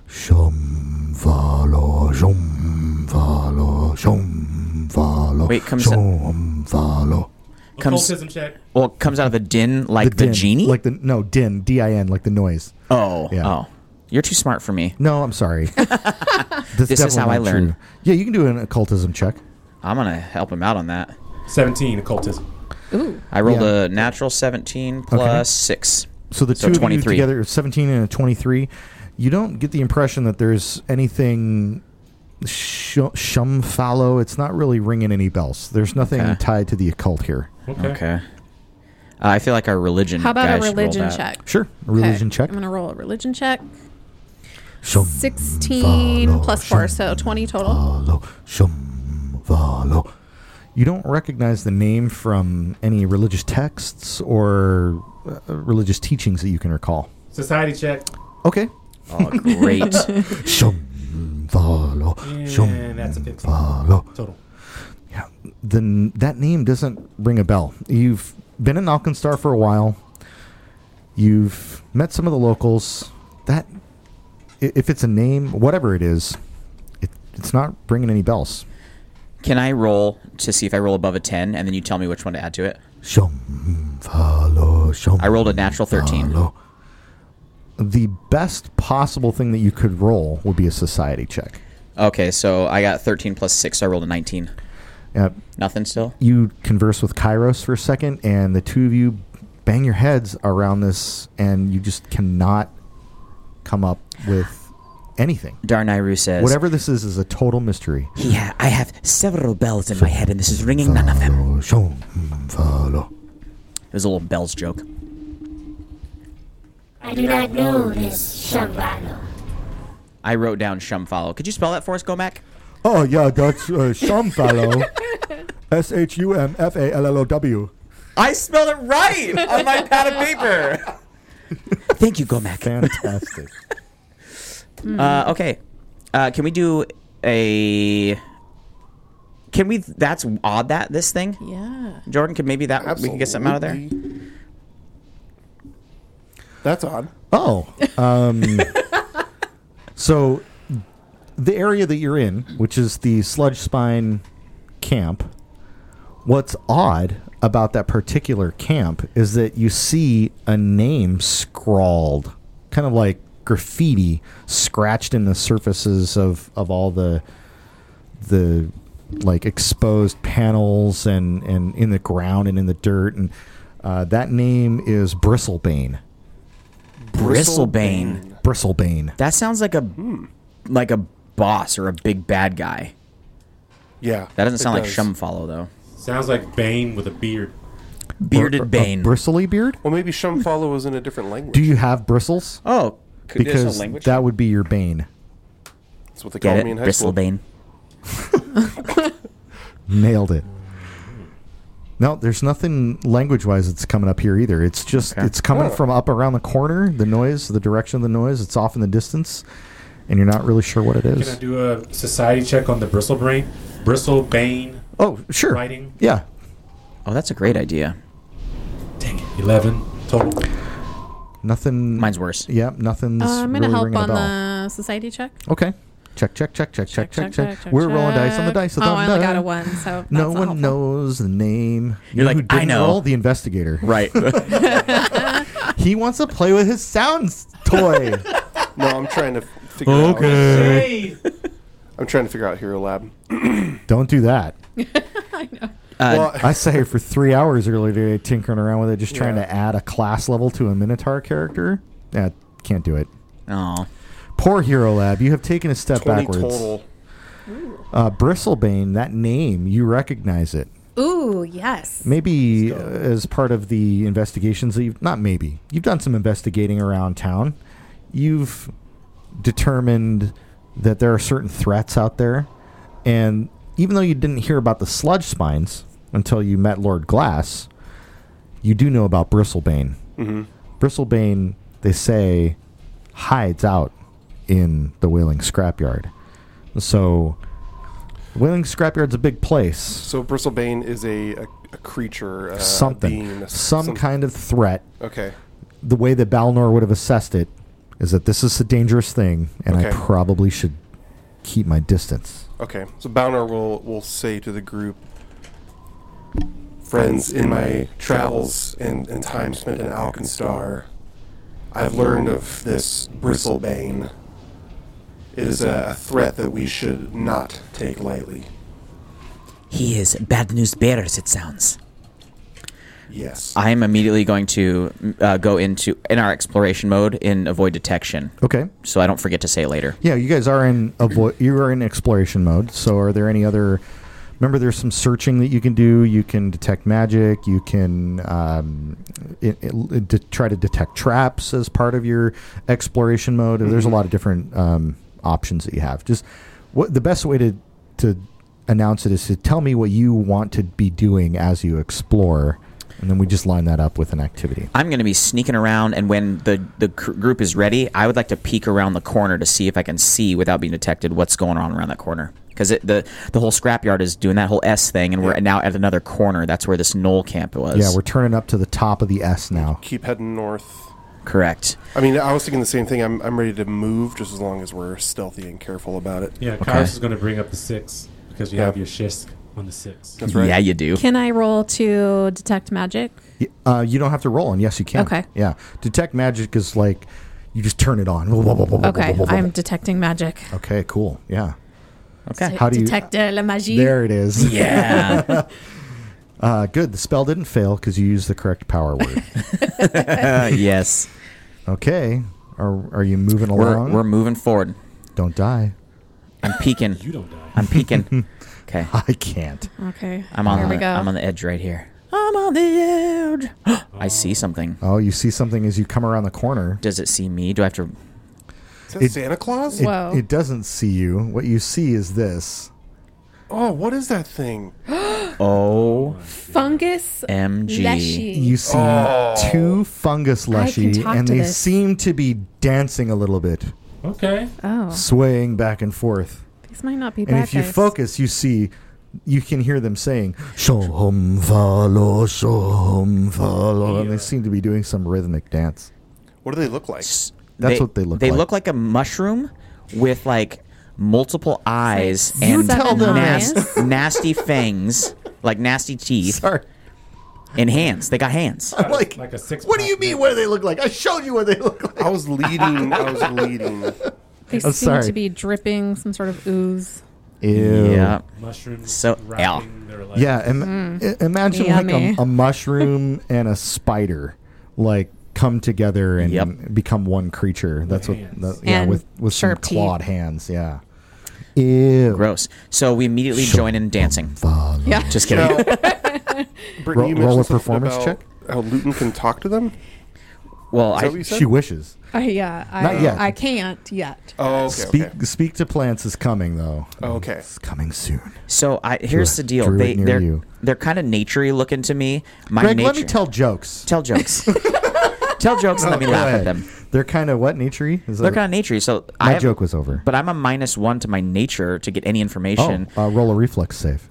Shomvalo, Shomvalo, Shomvalo,
Wait, comes-
Shomvalo.
Comes-
Occultism check.
Well, it comes out of the din like the,
din,
genie?
like the no din, D I N, like the noise.
oh.
Yeah.
Oh. You're too smart for me.
No, I'm sorry. this
is how I learn.
Yeah, you can do an occultism check.
I'm going to help him out on that.
17 occultism.
Ooh.
I rolled
Yeah.
a natural 17 plus 6.
So the
So
two of you
23.
together, seventeen and a twenty-three, you don't get the impression that there's anything sh- shum fallow. It's not really ringing any bells. There's nothing
Okay.
tied to the occult here.
Okay.
Okay. Uh, I feel like our religion.
How about
guy
a
should roll
religion
that.
check?
Sure, a religion
Okay,
check. Oh,
I'm going to roll a religion check.
Shum
16 plus 4, so 20 total.
fallow, shum fallow. You don't recognize the name from any religious texts or uh, religious teachings that you can recall.
Society check.
Okay.
Oh, great.
Shum fallow,
And
shum
that's a 15
fallow.
total.
Yeah, the n- that name doesn't ring a bell. You've been in Alkenstar for a while. You've met some of the locals. That i- if it's a name, whatever it is, it, it's not bringing any bells.
Can I roll to see if I roll above a 10 and then you tell me which one to add to it?
Shum follow shum.
I rolled a natural 13.
follow. The best possible thing that you could roll would be a society check.
Okay, so I got 13 plus 6, so I rolled a 19.
Uh,
Nothing still?
you converse with Kairos for a second, and the two of you bang your heads around this, and you just cannot come up with anything.
Darnayru says,
Whatever this is is a total mystery.
Yeah, I have several bells in my head and this is ringing none of them. It was a little bells joke.
I do not know this Shambhala.
I wrote down Shumfollow. Could you spell that for us, Gomac?
Oh yeah, that's uh, Shumfallow. S H U M F A L L O W.
I spelled it right on my pad of paper. Thank you, Gomac.
Fantastic.
Uh, okay. Uh, can we do a. Can we. That's odd that, this thing?
Yeah.
Jordan, could maybe that we can get something out of there?
Absolutely. That's odd.
oh. Um, so, the area that you're in, which is the Sludge Spine camp, what's odd about that particular camp is that you see a name scrawled, kind of like graffiti scratched in the surfaces of, of all the the like exposed panels and, and in the ground and in the dirt and uh, that name is Bristlebane.
Bristlebane.
Bristlebane.
That sounds like a like a boss or a big bad guy.
Yeah.
That doesn't
it
sound
does.
like Shumfollow though.
Sounds like Bane with a beard.
Bearded
Br- a
Bane.
bristly beard?
Well, maybe Shumfalo was in a different language.
Do you have bristles?
oh, could, there's no
Because
language.
that would be your bane.
That's what they
Get
called
it,
me in high school.
Bristlebane.
Nailed it. No, there's nothing language wise that's coming up here either. It's just
Okay.
it's
Oh.
coming from up around the corner, the noise, the direction of the noise, it's off in the distance, and you're not really sure what it
Can I
is.
do a society check on the bristle brain? Bristle Bane.
Oh, sure.
Writing?
Yeah.
Oh, that's a great idea.
Dang it. Eleven total.
Nothing
Mine's worse.
Yeah, nothing's
Uh, I'm
really
gonna help
ringing
on
a bell.
the society check.
Okay. Check, check, check, check, check, check, check.
check,
We're rolling dice on the
check.
dice.
Oh,
without
I only got
die.
a one, so that's
No one
helpful.
knows the name.
You're like,
who
"I
didn't
know."
roll? the investigator.
Right.
He wants to play with his sounds toy.
No, I'm trying to figure out. I'm trying to figure out Hero Lab.
Don't do that.
well,
Uh, I sat here for three hours earlier today tinkering around with it, just trying
Yeah.
to add a class level to a Minotaur character. Yeah, can't do it.
oh.
Poor Hero Lab, you have taken a step
20
backwards.
total.
Uh, Bristlebane, that name, you recognize it.
Ooh, yes.
Maybe uh, as part of the investigations that you've not maybe you've done some investigating around town. You've determined that there are certain threats out there, and even though you didn't hear about the sludge spines until you met Lord Glass, you do know about Bristlebane. Bristlebane, they say, hides out in the Wailing Scrapyard. So, Wailing Scrapyard's a big place
So Bristlebane is a, a, a creature, uh,
something,
being, a-
some kind of threat.
Okay,
The way that Balnor would have assessed it is that this is a dangerous thing, and I
Okay.
probably should keep my distance.
okay. So Bowner will will say to the group, "Friends, in my travels and, and time spent in Alkenstar, I've learned of this Bristlebane. It is a threat that we should not take lightly.
He is bad news bears, it sounds.
Yes,
I am immediately going to uh, go into in our exploration mode in avoid detection,
Okay.
so I don't forget to say it later.
Yeah, you guys are in avo- you are in exploration mode. So, are there any other? Remember, there's some searching that you can do. You can detect magic. You can um, it, it, de- try to detect traps as part of your exploration mode. There's a lot of different um, options that you have. Just what the best way to to announce it is to tell me what you want to be doing as you explore, and then we just line that up with an activity.
I'm going to be sneaking around, and when the the cr- group is ready, I would like to peek around the corner to see if I can see without being detected what's going on around that corner. Because the the whole scrapyard is doing that whole S thing, and we're now at another corner. That's where this knoll camp was.
Yeah, we're turning up to the top of the S now.
keep heading north."
correct.
I mean, I was thinking the same thing. I'm, I'm ready to move just as long as we're stealthy and careful about it.
Yeah, Kairos is going to bring up the six because you
Yeah.
have your shisk on the six.
That's right.
Yeah, you do.
Can I roll to detect magic?
Y- Uh, you don't have to roll on. Yes, you can.
Okay.
Yeah. Detect magic is like you just turn it on. Whoa, whoa, whoa, whoa, whoa,
Okay,
whoa, whoa, whoa.
I'm detecting magic.
Okay. Cool. Yeah.
Okay.
How do you-
detect uh, la magie?
There it is.
Yeah.
Uh, good. The spell didn't fail because you used the correct power word.
Uh, yes.
okay. Are Are you moving
We're
along?
we're moving forward.
don't die.
I'm peeking.
You don't die.
I'm peeking. Okay.
I can't.
Okay,
I'm on.
Here we
the,
go.
I'm on the edge right here. I'm on the edge. I see something.
Oh, you see something as you come around the corner.
Does it see me? Do I have to?
Is that Santa Claus?
It,
Whoa.
it doesn't see you. What you see is this.
oh, what is that thing?
O
fungus
M G.
leshy.
You see
Oh.
two fungus leshy,
talk
and
to
they
this.
seem to be dancing a little bit,
Okay.
Oh,
swaying back and forth.
these might not be bad
And if you
guys.
focus, you see, you can hear them saying "Shohum Valo, Shohum Valo," and they seem to be doing some rhythmic dance.
What do they look like?
That's what they look
They
like.
look like a mushroom with like multiple eyes
You
and
tell them
nas-
that.
nasty fangs, like nasty teeth.
Sorry, Oh.
in hands. They got hands.
I'm like,
Like a six
What do you
pack,
mean? What do they look like? I showed you what they look like.
I was leading. I was leading.
They
I'm
seem
oh, sorry.
to be dripping some sort of ooze.
Ew.
Yeah.
Mushrooms
So-
wrapping their legs.
Yeah, im- i- imagine like
Hmm. Yummy.
a, a mushroom and a spider like come together and
Yep.
become one creature. That's what,
hands.
that, yeah,
And
with with some
sharp teeth.
clawed hands. Yeah. Ew.
Gross. So we immediately join in dancing.
Fuck.
Yeah.
Just kidding.
Now, Brittany,
Roll-
you mentioned
roll a
something
performance
about
check?
How Luton can talk to them? Is
Well,
that what
I
you said?
She wishes.
Uh, yeah, I,
Not yet.
I can't yet.
Oh, okay.
speak
okay.
speak to plants is coming though.
Okay.
It's coming soon.
so I here's the deal.
Druid
They
near
they're
you.
they're kind of naturey looking to me. My
Greg,
nature
let me tell jokes.
tell jokes. tell jokes and let me
Oh, Go
laugh at
ahead.
them.
They're kind of what naturey? Is
They're
that-
kind of naturey. So I
my
have-
joke was over.
But I'm a minus one to my nature to get any information
oh, uh, roll a reflex save.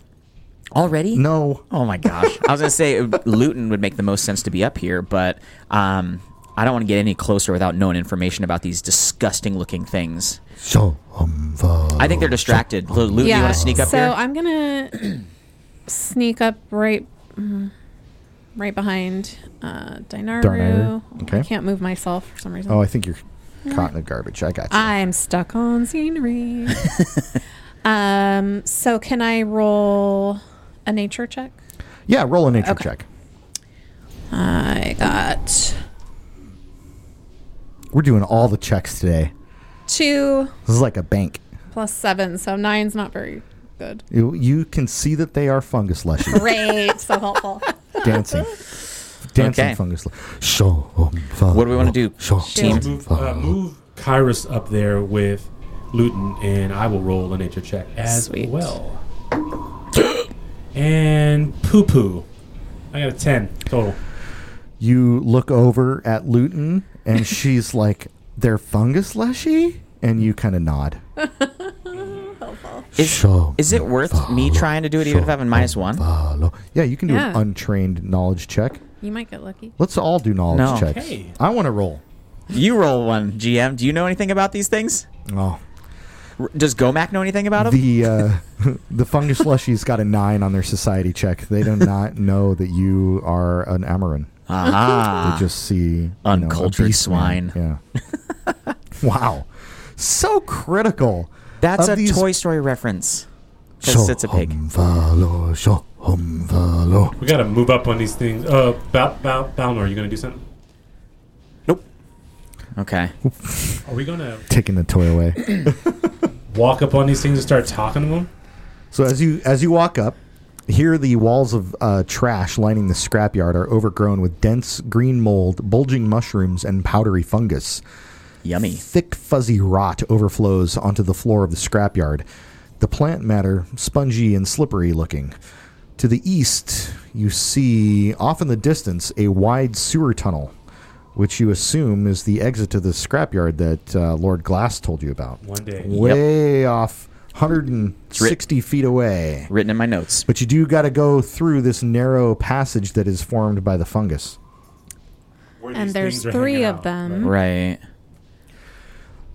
already.
No.
Oh my gosh. I was going to say it would- Luton would make the most sense to be up here, but um, I don't want to get any closer without knowing information about these disgusting looking things.
So, um,
I think they're distracted. Lu- Luton, you
yeah.
want to sneak up
so
here?
I'm gonna sneak up right, mm, right behind uh, Dinaru.
Dinaru, okay.
I can't move myself for some reason.
Oh, I think you're caught in the garbage. I got you.
Ah.
I'm stuck on scenery. um. So can I roll a nature check?
yeah, roll a nature
Okay.
check.
I got
We're doing all the checks today.
two
This is like a bank.
plus seven, so nine's not very good.
You, you can see that they are fungus leshy
Great, so helpful.
dancing, dancing
Okay.
fungus. um, Show what
do we wanna do, team?
Move, uh, move Kairos up there with Luton, and I will roll a nature check as
Sweet.
well. and poo poo. I got a 10 total.
You look over at Luton, and she's like, "They're fungus leshy," and you kind of nod.
Is, is it worth me trying to do it even if I have a minus one?
Follow. uh, Yeah, you can do an
Yeah.
untrained knowledge check.
You might get lucky.
Let's all do knowledge
No.
checks.
Okay.
I want to roll.
You roll one, GM. Do you know anything about these things?
Oh,
R- Does Gomac know anything about them?
the uh, the fungus slushies got a nine on their society check. They do not know that you are an Amaran.
Ah,
They just see
Uncultured
you know, a beast man. Yeah. wow, so critical.
that's
Of
a
these- um,
Toy Story reference. Because it's a pig.
Shomvalo, shomvalo.
We got to move up on these things. Uh, Bal- Bal- Balnor, you going to do something?
Okay.
Are we going to
Taking the toy away.
walk up on these things and start talking to them?
so as you as you walk up, here the walls of uh, trash lining the scrapyard are overgrown with dense green mold, bulging mushrooms, and powdery fungus.
Yummy.
Thick, fuzzy rot overflows onto the floor of the scrapyard, the plant matter spongy and slippery looking. To the east, you see, off in the distance, a wide sewer tunnel, which you assume is the exit to the scrapyard that uh, Lord Glass told you about.
One day.
Way off, 160 feet away.
Written in my notes.
But you do got to go through this narrow passage that is formed by the fungus.
Where
And
these
there's
things are
three
hanging
of
out.
them.
Right.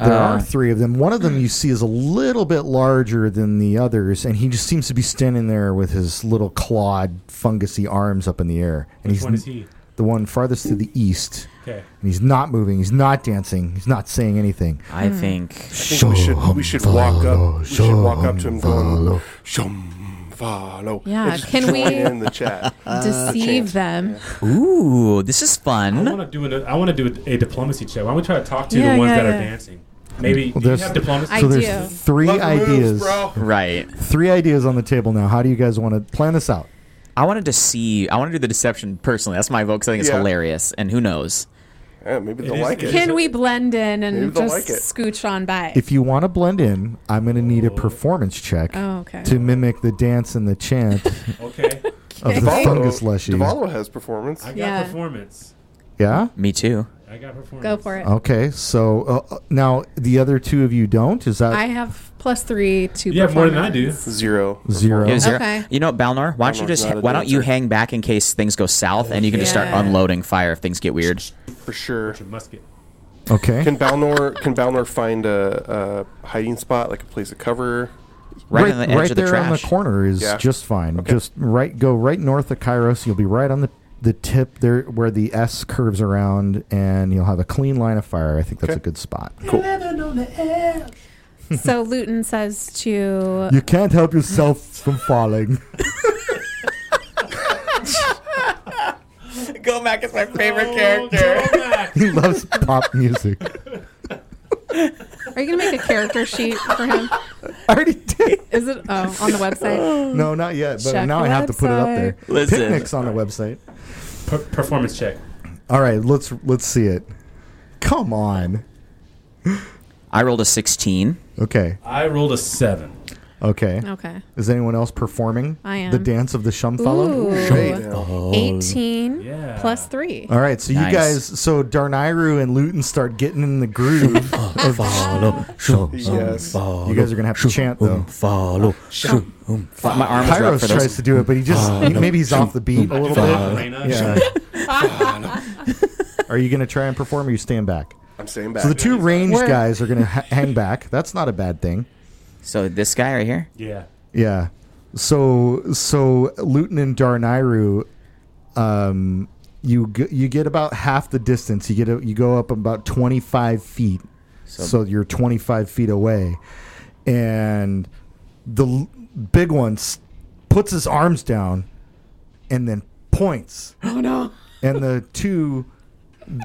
There are
Uh,
three of them. One of them you see is a little bit larger than the others, and he just seems to be standing there with his little clawed, fungusy arms up in the air. And
Which
he's
one is he?
the one farthest to the east.
Okay.
And he's not moving. He's not dancing. He's not saying anything.
I
Hmm.
think.
I think we should we should walk up we should walk up to him going shum follow.
Yeah,
and just
can
join
we-
in the chat?
Deceive them.
Ooh, this is
I
fun.
want to do an, I want to do a, a diplomacy check. Why don't we try to talk to
Yeah,
the ones
yeah,
that are
yeah.
dancing? Maybe
Well,
do you
there's-
have diplomacy.
I
So
do.
there's three
Love the moves,
ideas.
bro.
Right.
Three ideas on the table now. How do you guys want to plan this out?
I want to deceive. I want to do the deception personally. That's my vote 'cause I think it's
Yeah.
hilarious. And who knows?
Yeah, maybe they'll
is-
like it.
it is-
Can we blend in
Maybe
and
they'll
just
like it.
scooch on by?
If you want to blend in, I'm going to need a performance check
oh, okay.
to mimic the dance and the chant
okay.
of the
Devalo-
fungus leshy.
Devalo has performance.
I got
Yeah.
performance.
Yeah?
Me too.
I got performance.
Go for it.
Okay, so uh, uh, now the other two of you don't. Is that
I have plus three to.
You have more than I do.
performance.
Zero.
Zero.
It was zero.
Okay.
You know what, Balnor? Why don't you
Balnor's
just
not a
why don't you
dancer.
hang back in case things go south and you can just start
Yeah.
unloading fire if things get weird.
For sure.
Your musket.
okay?
Can Balnor can Balnor find a, a hiding spot, like a place of cover?
Right, on the edge of the
there on the
trash.
corner is
Yeah.
just fine.
Okay.
Just right, go right north of Kairos. You'll be right on the the tip there where the S curves around, and you'll have a clean line of fire. I think that's
Okay.
a good spot.
so Luton says to
You can't help yourself from falling.
Gomac is my favorite character.
He loves pop music.
Are you gonna make a character sheet for him?
I already did.
Is it oh on the website?
No, not yet. But
Check
now I have to put it up
website.
there.
Listen.
Picnics on the website.
Per- performance check.
All right, let's let's see it. Come on.
I rolled a 16.
Okay.
I rolled a seven.
Okay.
Okay.
Is anyone else performing?
I am.
The dance of the shum
Ooh.
fellow?
Shade.
Eighteen
Yeah.
plus three.
Oh. All right, so
Nice.
you guys, so Darnayru and Luton start getting in the groove. of-
Yes.
you guys are gonna have to chant though.
Follow.
My arm was up
Kairos
for Uh,
tries
those.
to do it, but he just he- maybe he's off the beat a little bit. Yeah. Are you gonna try and perform, or you stand back?
I'm staying back.
Uh,
So the two range
We're-
guys are gonna ha- hang back. That's not a bad thing.
So this guy right here?
Yeah.
Yeah. So so Luton and Darnayru, um, you g- you get about half the distance. You get a, you go up about twenty five feet, so, you're twenty five feet away, and the l- big one s- puts his arms down, and then points. Oh no! And the two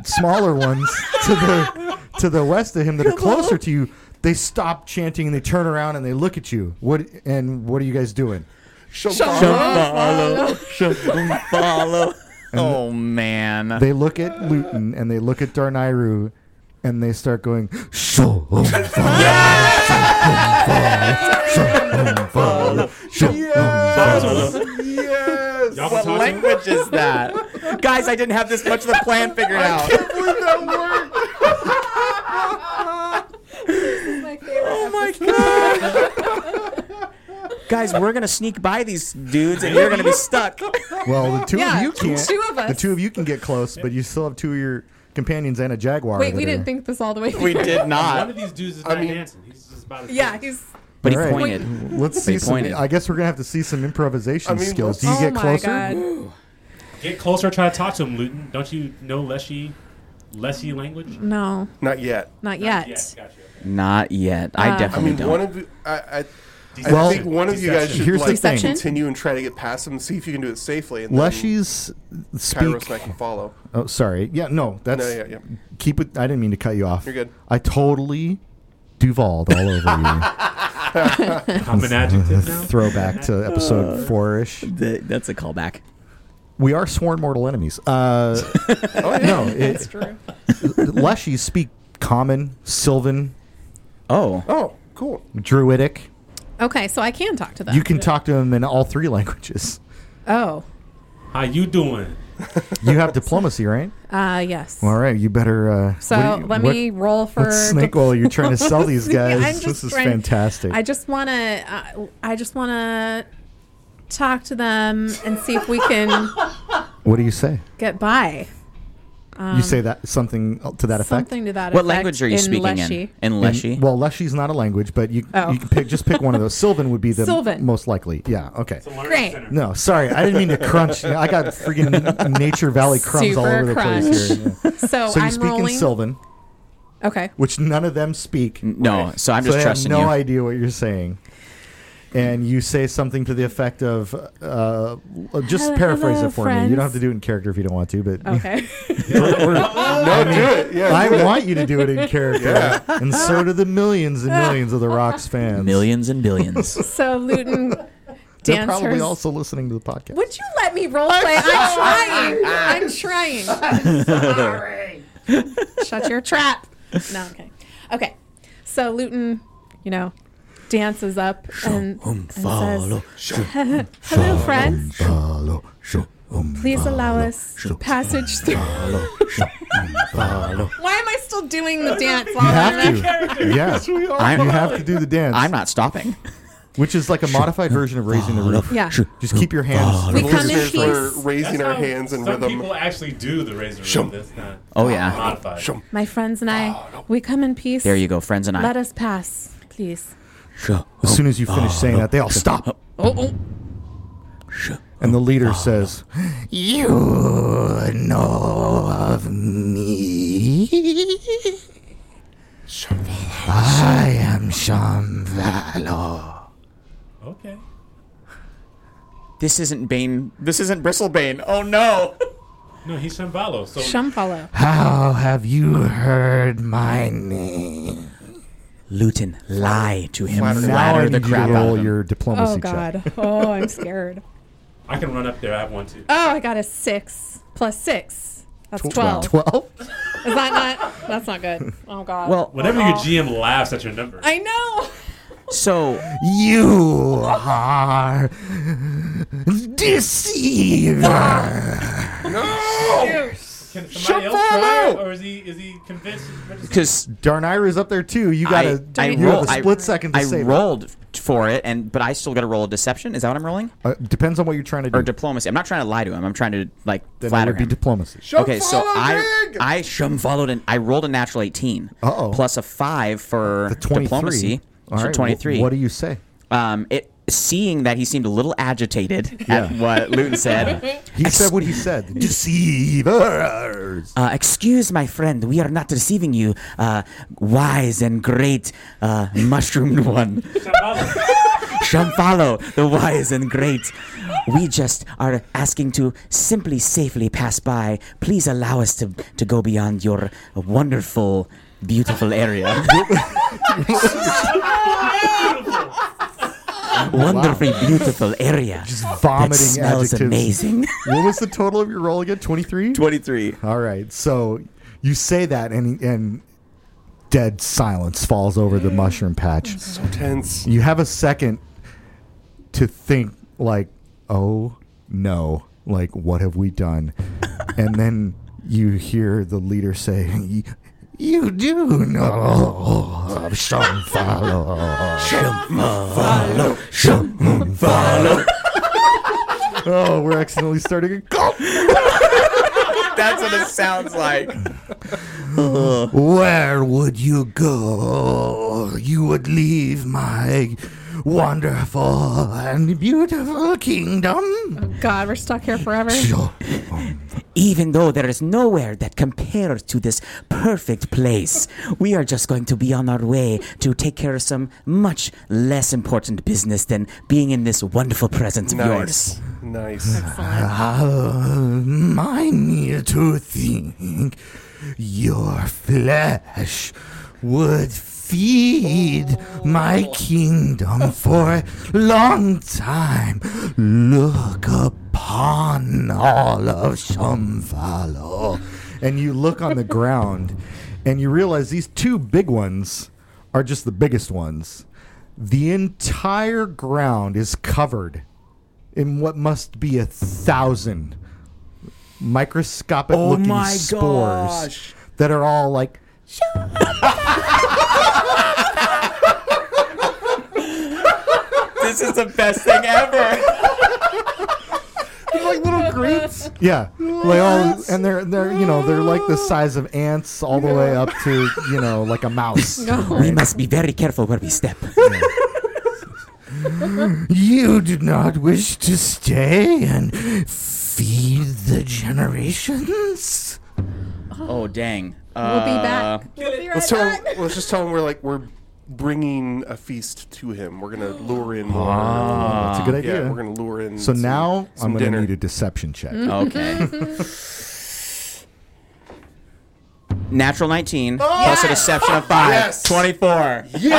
smaller ones to the to the west of him that are closer to you, they stop chanting and they turn around and they look at you. What and what are you guys doing?
Follow. Follow. Oh, man.
They look at Luton and they look at Darnayru and they start going
Show.
Yes.
Y'all can talk to him?
is that? Guys, I didn't have this much of the plan figured out. Oh my god! Guys, we're gonna sneak by these dudes, and you're gonna be stuck.
Well the two
Yeah,
of you can't
two of us.
the two of you can get close, but you still have two of your companions and a jaguar.
Wait,
that
we
are-
didn't think this all the way.
We
through.
did
One
not.
of these dudes is
I
not
mean-
dancing. He's just about to
Yeah, he's.
But he
All right.
pointed.
Let's
They
see some,
pointed.
I guess we're gonna have to see some improvisation
I mean, let's-
skills. Do you
oh
get
my
closer?
god!
Get closer, try to talk to him, Luton. Don't you know Leshy, Leshy language?
No,
Not yet.
not yet.
Yeah, gotcha.
Not yet. I
Uh,
I
definitely
mean,
don't.
one of you, I, I,
Well-
I think one of you guys should
Here's the
like
thing.
continue and try to get past him and see if you can do it safely. And then
Leshy's
Kairos
speak.
and I can follow.
Oh, sorry. Yeah, no, that's
No, yeah, yeah.
keep it. I didn't mean to cut you off.
You're good.
I totally Duval all over
I'm an adjective
you.
now. Uh.
Throwback to episode four ish.
Th- that's a callback.
We are sworn mortal enemies. Uh,
Oh,
no, it,
True.
Leshy speak common, Sylvan,
Oh,
Oh, cool.
Druidic.
Okay, so I can talk to them.
You can talk to him in all three languages.
oh,
How you doing?
You have diplomacy, right?
uh, yes.
All right, you better. Uh,
So
what do you-
let
what-
me roll for
Let's snake oil. You're trying to sell these
diplomacy. I'm
guys.
just
this is
trying-
fantastic.
I just want to. Uh, I just want to talk to them and see if we can
what do you say?
get by.
you say that something to that effect.
Something to that effect.
what language are you
in
speaking
Leshy.
in? In
And-
Leshy?
Well, Leshy's not a language, but you
Oh.
you can pick just pick one of those. Sylvan would be the
Sylvan.
most likely. Yeah. Okay.
Great.
No, sorry, I didn't mean to crunch. I got freaking Nature Valley crumbs all
Super
over the place here. Yeah.
So,
So you
I'm
speak
rolling.
in Sylvan,
Okay.
which none of them speak.
no. So Mm, I'm
so
just
they
trusting
have no
you.
idea what you're saying. And you say something to the effect of, uh, just
Hello-
paraphrase
hello,
it for me. You don't have
friends.
to do it in character if you don't want to, but
Okay.
No, do it. Yeah.
I want you to do it in character. And so do the millions and millions of the Rocks fans.
Millions and billions.
so Luton
They're
dancers.
probably also listening to the podcast.
Would you let me role play? I'm trying. I'm trying. Shut your trap. No, okay. Okay. So Luton, you know, dances up and, and says,
Follow.
Hello, friends.
Follow. Show.
Please allow us passage through. Why am I still doing the dance?
You have to. Yeah. You
I'm,
have to do the dance.
I'm not stopping.
Which is like a modified version of raising the roof.
Yeah.
Just keep your hands.
We come in
Listeners, we're
peace.
raising our hands in
some
rhythm.
people actually do the razor
Shum.
room. That's not
Oh, yeah.
modified.
Shum.
My friends and I, we come in peace.
There you go, friends and I.
Let us pass, please.
Show.
As soon as you finish saying that, they all stop.
Oh, oh.
And the leader says, You know of me? I am Shambhala.
Okay.
This isn't Bane. This isn't Bristlebane. Oh no!
No, he's Shambalo. So
Shumfalo.
How have you heard my name?
Luton, lie to him. Flatter,
now I
the
need you
crap
to
out
roll
of him.
your
Oh
diplomacy check.
God. Oh, I'm scared.
I can run up there. I have one too.
Oh, I got a six plus six. That's twelve.
Twelve?
Is that not? That's not good. Oh God.
Well-
Whenever your GM laughs at your number,
I know.
So
You are deceiver.
can somebody else try, it, or is he is he convinced?
because
Darnira's up there too. You got
I,
to
I,
you
roll,
have a split second to
I, I
save.
rolled for it, and but I still got to roll a deception. Is that what I'm rolling?
Uh, depends on what you're trying to do.
Or diplomacy? I'm not trying to lie to him. I'm trying to like
then it
flatter
would be
him.
diplomacy.
okay, so I I shum followed and I rolled a natural 18
Uh-oh.
plus a five for
The 23.
diplomacy.
All
so
right, wh-
23.
what do you say?
um, it seeing that he seemed a little agitated at what Luton said.
He said what he said. Deceivers.
Uh, excuse my friend, we are not receiving you, uh, wise and great uh, mushroomed one. Shambhala, the wise and great. We just are asking to simply safely pass by. Please allow us to, to go beyond your wonderful, beautiful area. Wonderfully beautiful area.
Vomiting
that smells
adjectives.
amazing.
what was the total of your roll again? Twenty three.
23.
All right. So you say that, and and dead silence falls over the mushroom patch.
So tense.
You have a second to think, like, oh no, like what have we done? and then you hear the leader say, "You- "You do know of Shambhala." uh, oh, we're accidentally starting a cult.
That's what it sounds like.
Where would you go? You would leave my wonderful and beautiful kingdom.
God, we're stuck here forever.
Even though there is nowhere that compares to this perfect place, we are just going to be on our way to take care of some much less important business than being in this wonderful presence of
Nice.
yours.
Nice.
Um, I need to think your flesh would feed my kingdom for a long time. Look upon all of Shambhala. And you look on the ground and you realize these two big ones are just the biggest ones. The entire ground is covered in what must be a thousand microscopic looking spores that are all like
This is the best thing ever.
like little grapes. Yeah. Like all and they're they're you know, they're like the size of ants all the way up to, you know, like a mouse.
We must be very careful where we step.
You do not wish to stay and feed the generations?
Oh, dang.
We'll be back. We'll be right
Let's tell him,
back.
let's just tell him we're like we're bringing a feast to him. We're gonna lure in. More.
Ah. That's a good
yeah,
idea.
we're gonna lure in.
so
some-
now
some
I'm going
dinner.
to need a deception check.
Okay. Natural 19 plus a deception of 5.
Yes.
24.
You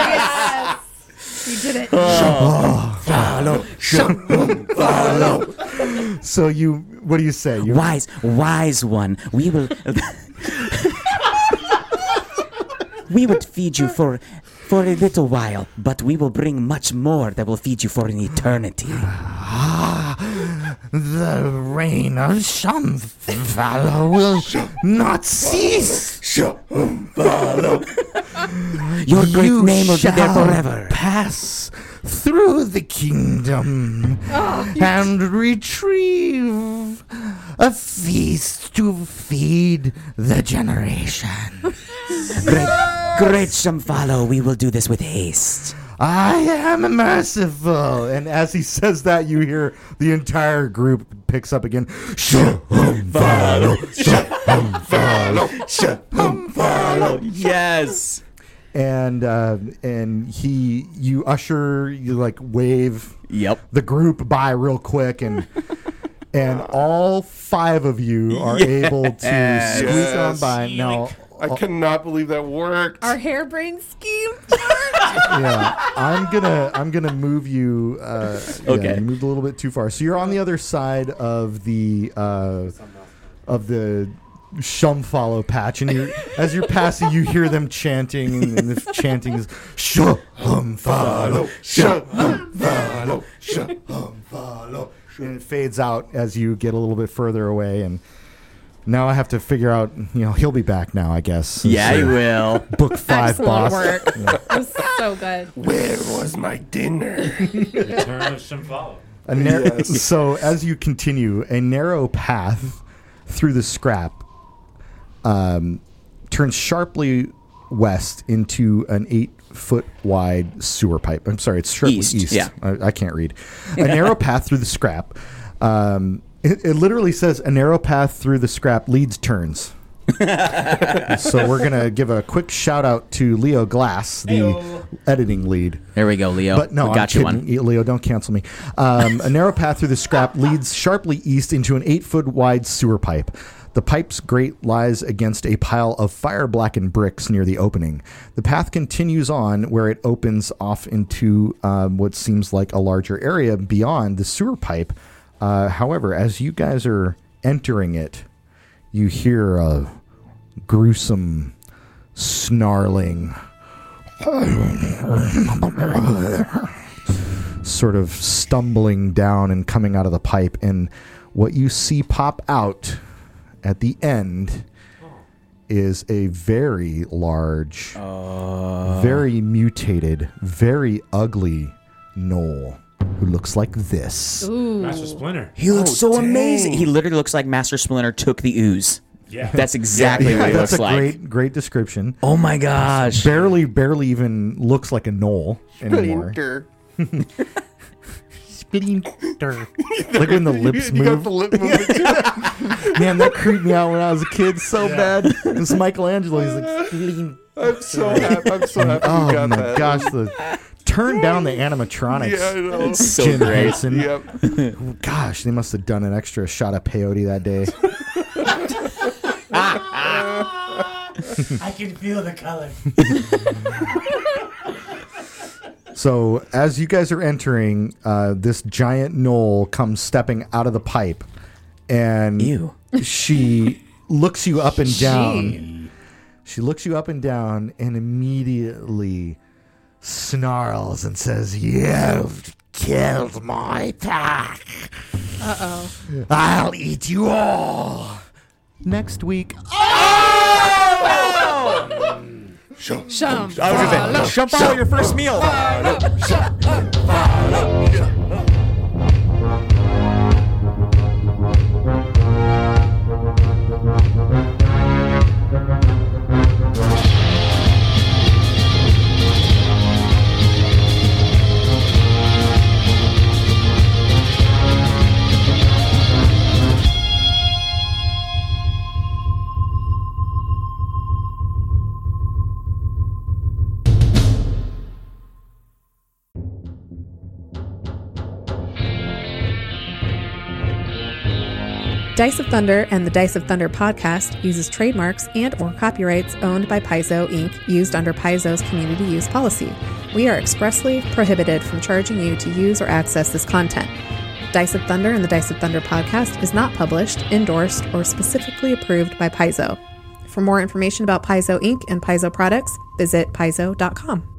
did it. All
So you what do you say? You
Wise, wise one. We will. we would feed you for for a little while, but we will bring much more that will feed you for an eternity.
The reign of Shambhala will not cease.
Your great
You
name will be there
shall
forever.
Pass through the kingdom and retrieve a feast to feed the generation.
Great Shambhala, we will do this with haste.
I am merciful. And as he says that, you hear the entire group picks up again. Shambhala, Shambhala, Shambhala.
Yes.
And uh, and he, you usher, you like wave
Yep.
the group by real quick and and all five of you are able to squeeze on
Yes.
by now
I cannot believe that worked.
Our harebrained scheme.
yeah i'm gonna i'm gonna move you uh yeah,
Okay.
you moved a little bit too far so you're on the other side of the uh of the shum follow patch and you're, as you're passing you hear them chanting and the chanting is shum follow
Shut follow. Shut
and it fades out as you get a little bit further away and now i have to figure out you know he'll be back now i guess
Yeah,
So-
you will.
book five
Excellent
boss
work. It was so good.
Where was my dinner?
Return of Shambhala.
A nar- so as you continue a narrow path through the scrap um, turns sharply west into an eight foot wide sewer pipe i'm sorry it's sharply
East,
east,
yeah.
I, I can't read a narrow path through the scrap um, it, it literally says a narrow path through the scrap leads turns so we're gonna give a quick shout out to leo glass the editing lead
There we go, Leo.
but no,
we got
I'm
you
kidding.
one.
E- Leo, don't cancel me. Um, a narrow path through the scrap leads sharply east into an eight foot wide sewer pipe. The pipe's grate lies against a pile of fire blackened bricks near the opening. The path continues on where it opens off into um, what seems like a larger area beyond the sewer pipe. Uh, however, as you guys are entering it, you hear a gruesome snarling sort of stumbling down and coming out of the pipe. And what you see pop out at the end is a very large, very mutated, very ugly knoll who looks like this.
Master Splinter.
He looks so
dang.
amazing. Oh, He literally looks like Master Splinter took the ooze.
Yeah.
That's exactly what he
That's a
looks like.
great, great description.
oh my gosh.
Barely, barely even looks like a knoll anymore.
Splinter.
Splinter. like when the lips
You got
move.
the lip movement too.
Man, that creeped me out when I was a kid so bad. It's Michelangelo. He's like, "Spleen."
I'm so happy. I'm so happy you
oh
got
my
that.
gosh, the turn down the animatronics.
Yeah, I know.
So
Jim
great.
Henson.
Yep.
Gosh, they must have done an extra shot of peyote that day.
I can feel the color.
So as you guys are entering, uh, this giant knoll comes stepping out of the pipe, and
Ew.
she looks you up and down. She looks you up and down, and immediately snarls and says, "You've killed my pack. Uh oh. I'll eat you all next week."
Shum.
Jump out your first meal.
Dice of Thunder and the Dice of Thunder podcast uses trademarks and or copyrights owned by Paizo Inc. used under Paizo's community use policy. We are expressly prohibited from charging you to use or access this content. Dice of Thunder and the Dice of Thunder podcast is not published, endorsed, or specifically approved by Paizo. For more information about Paizo Inc. and Paizo products, visit paizo.com.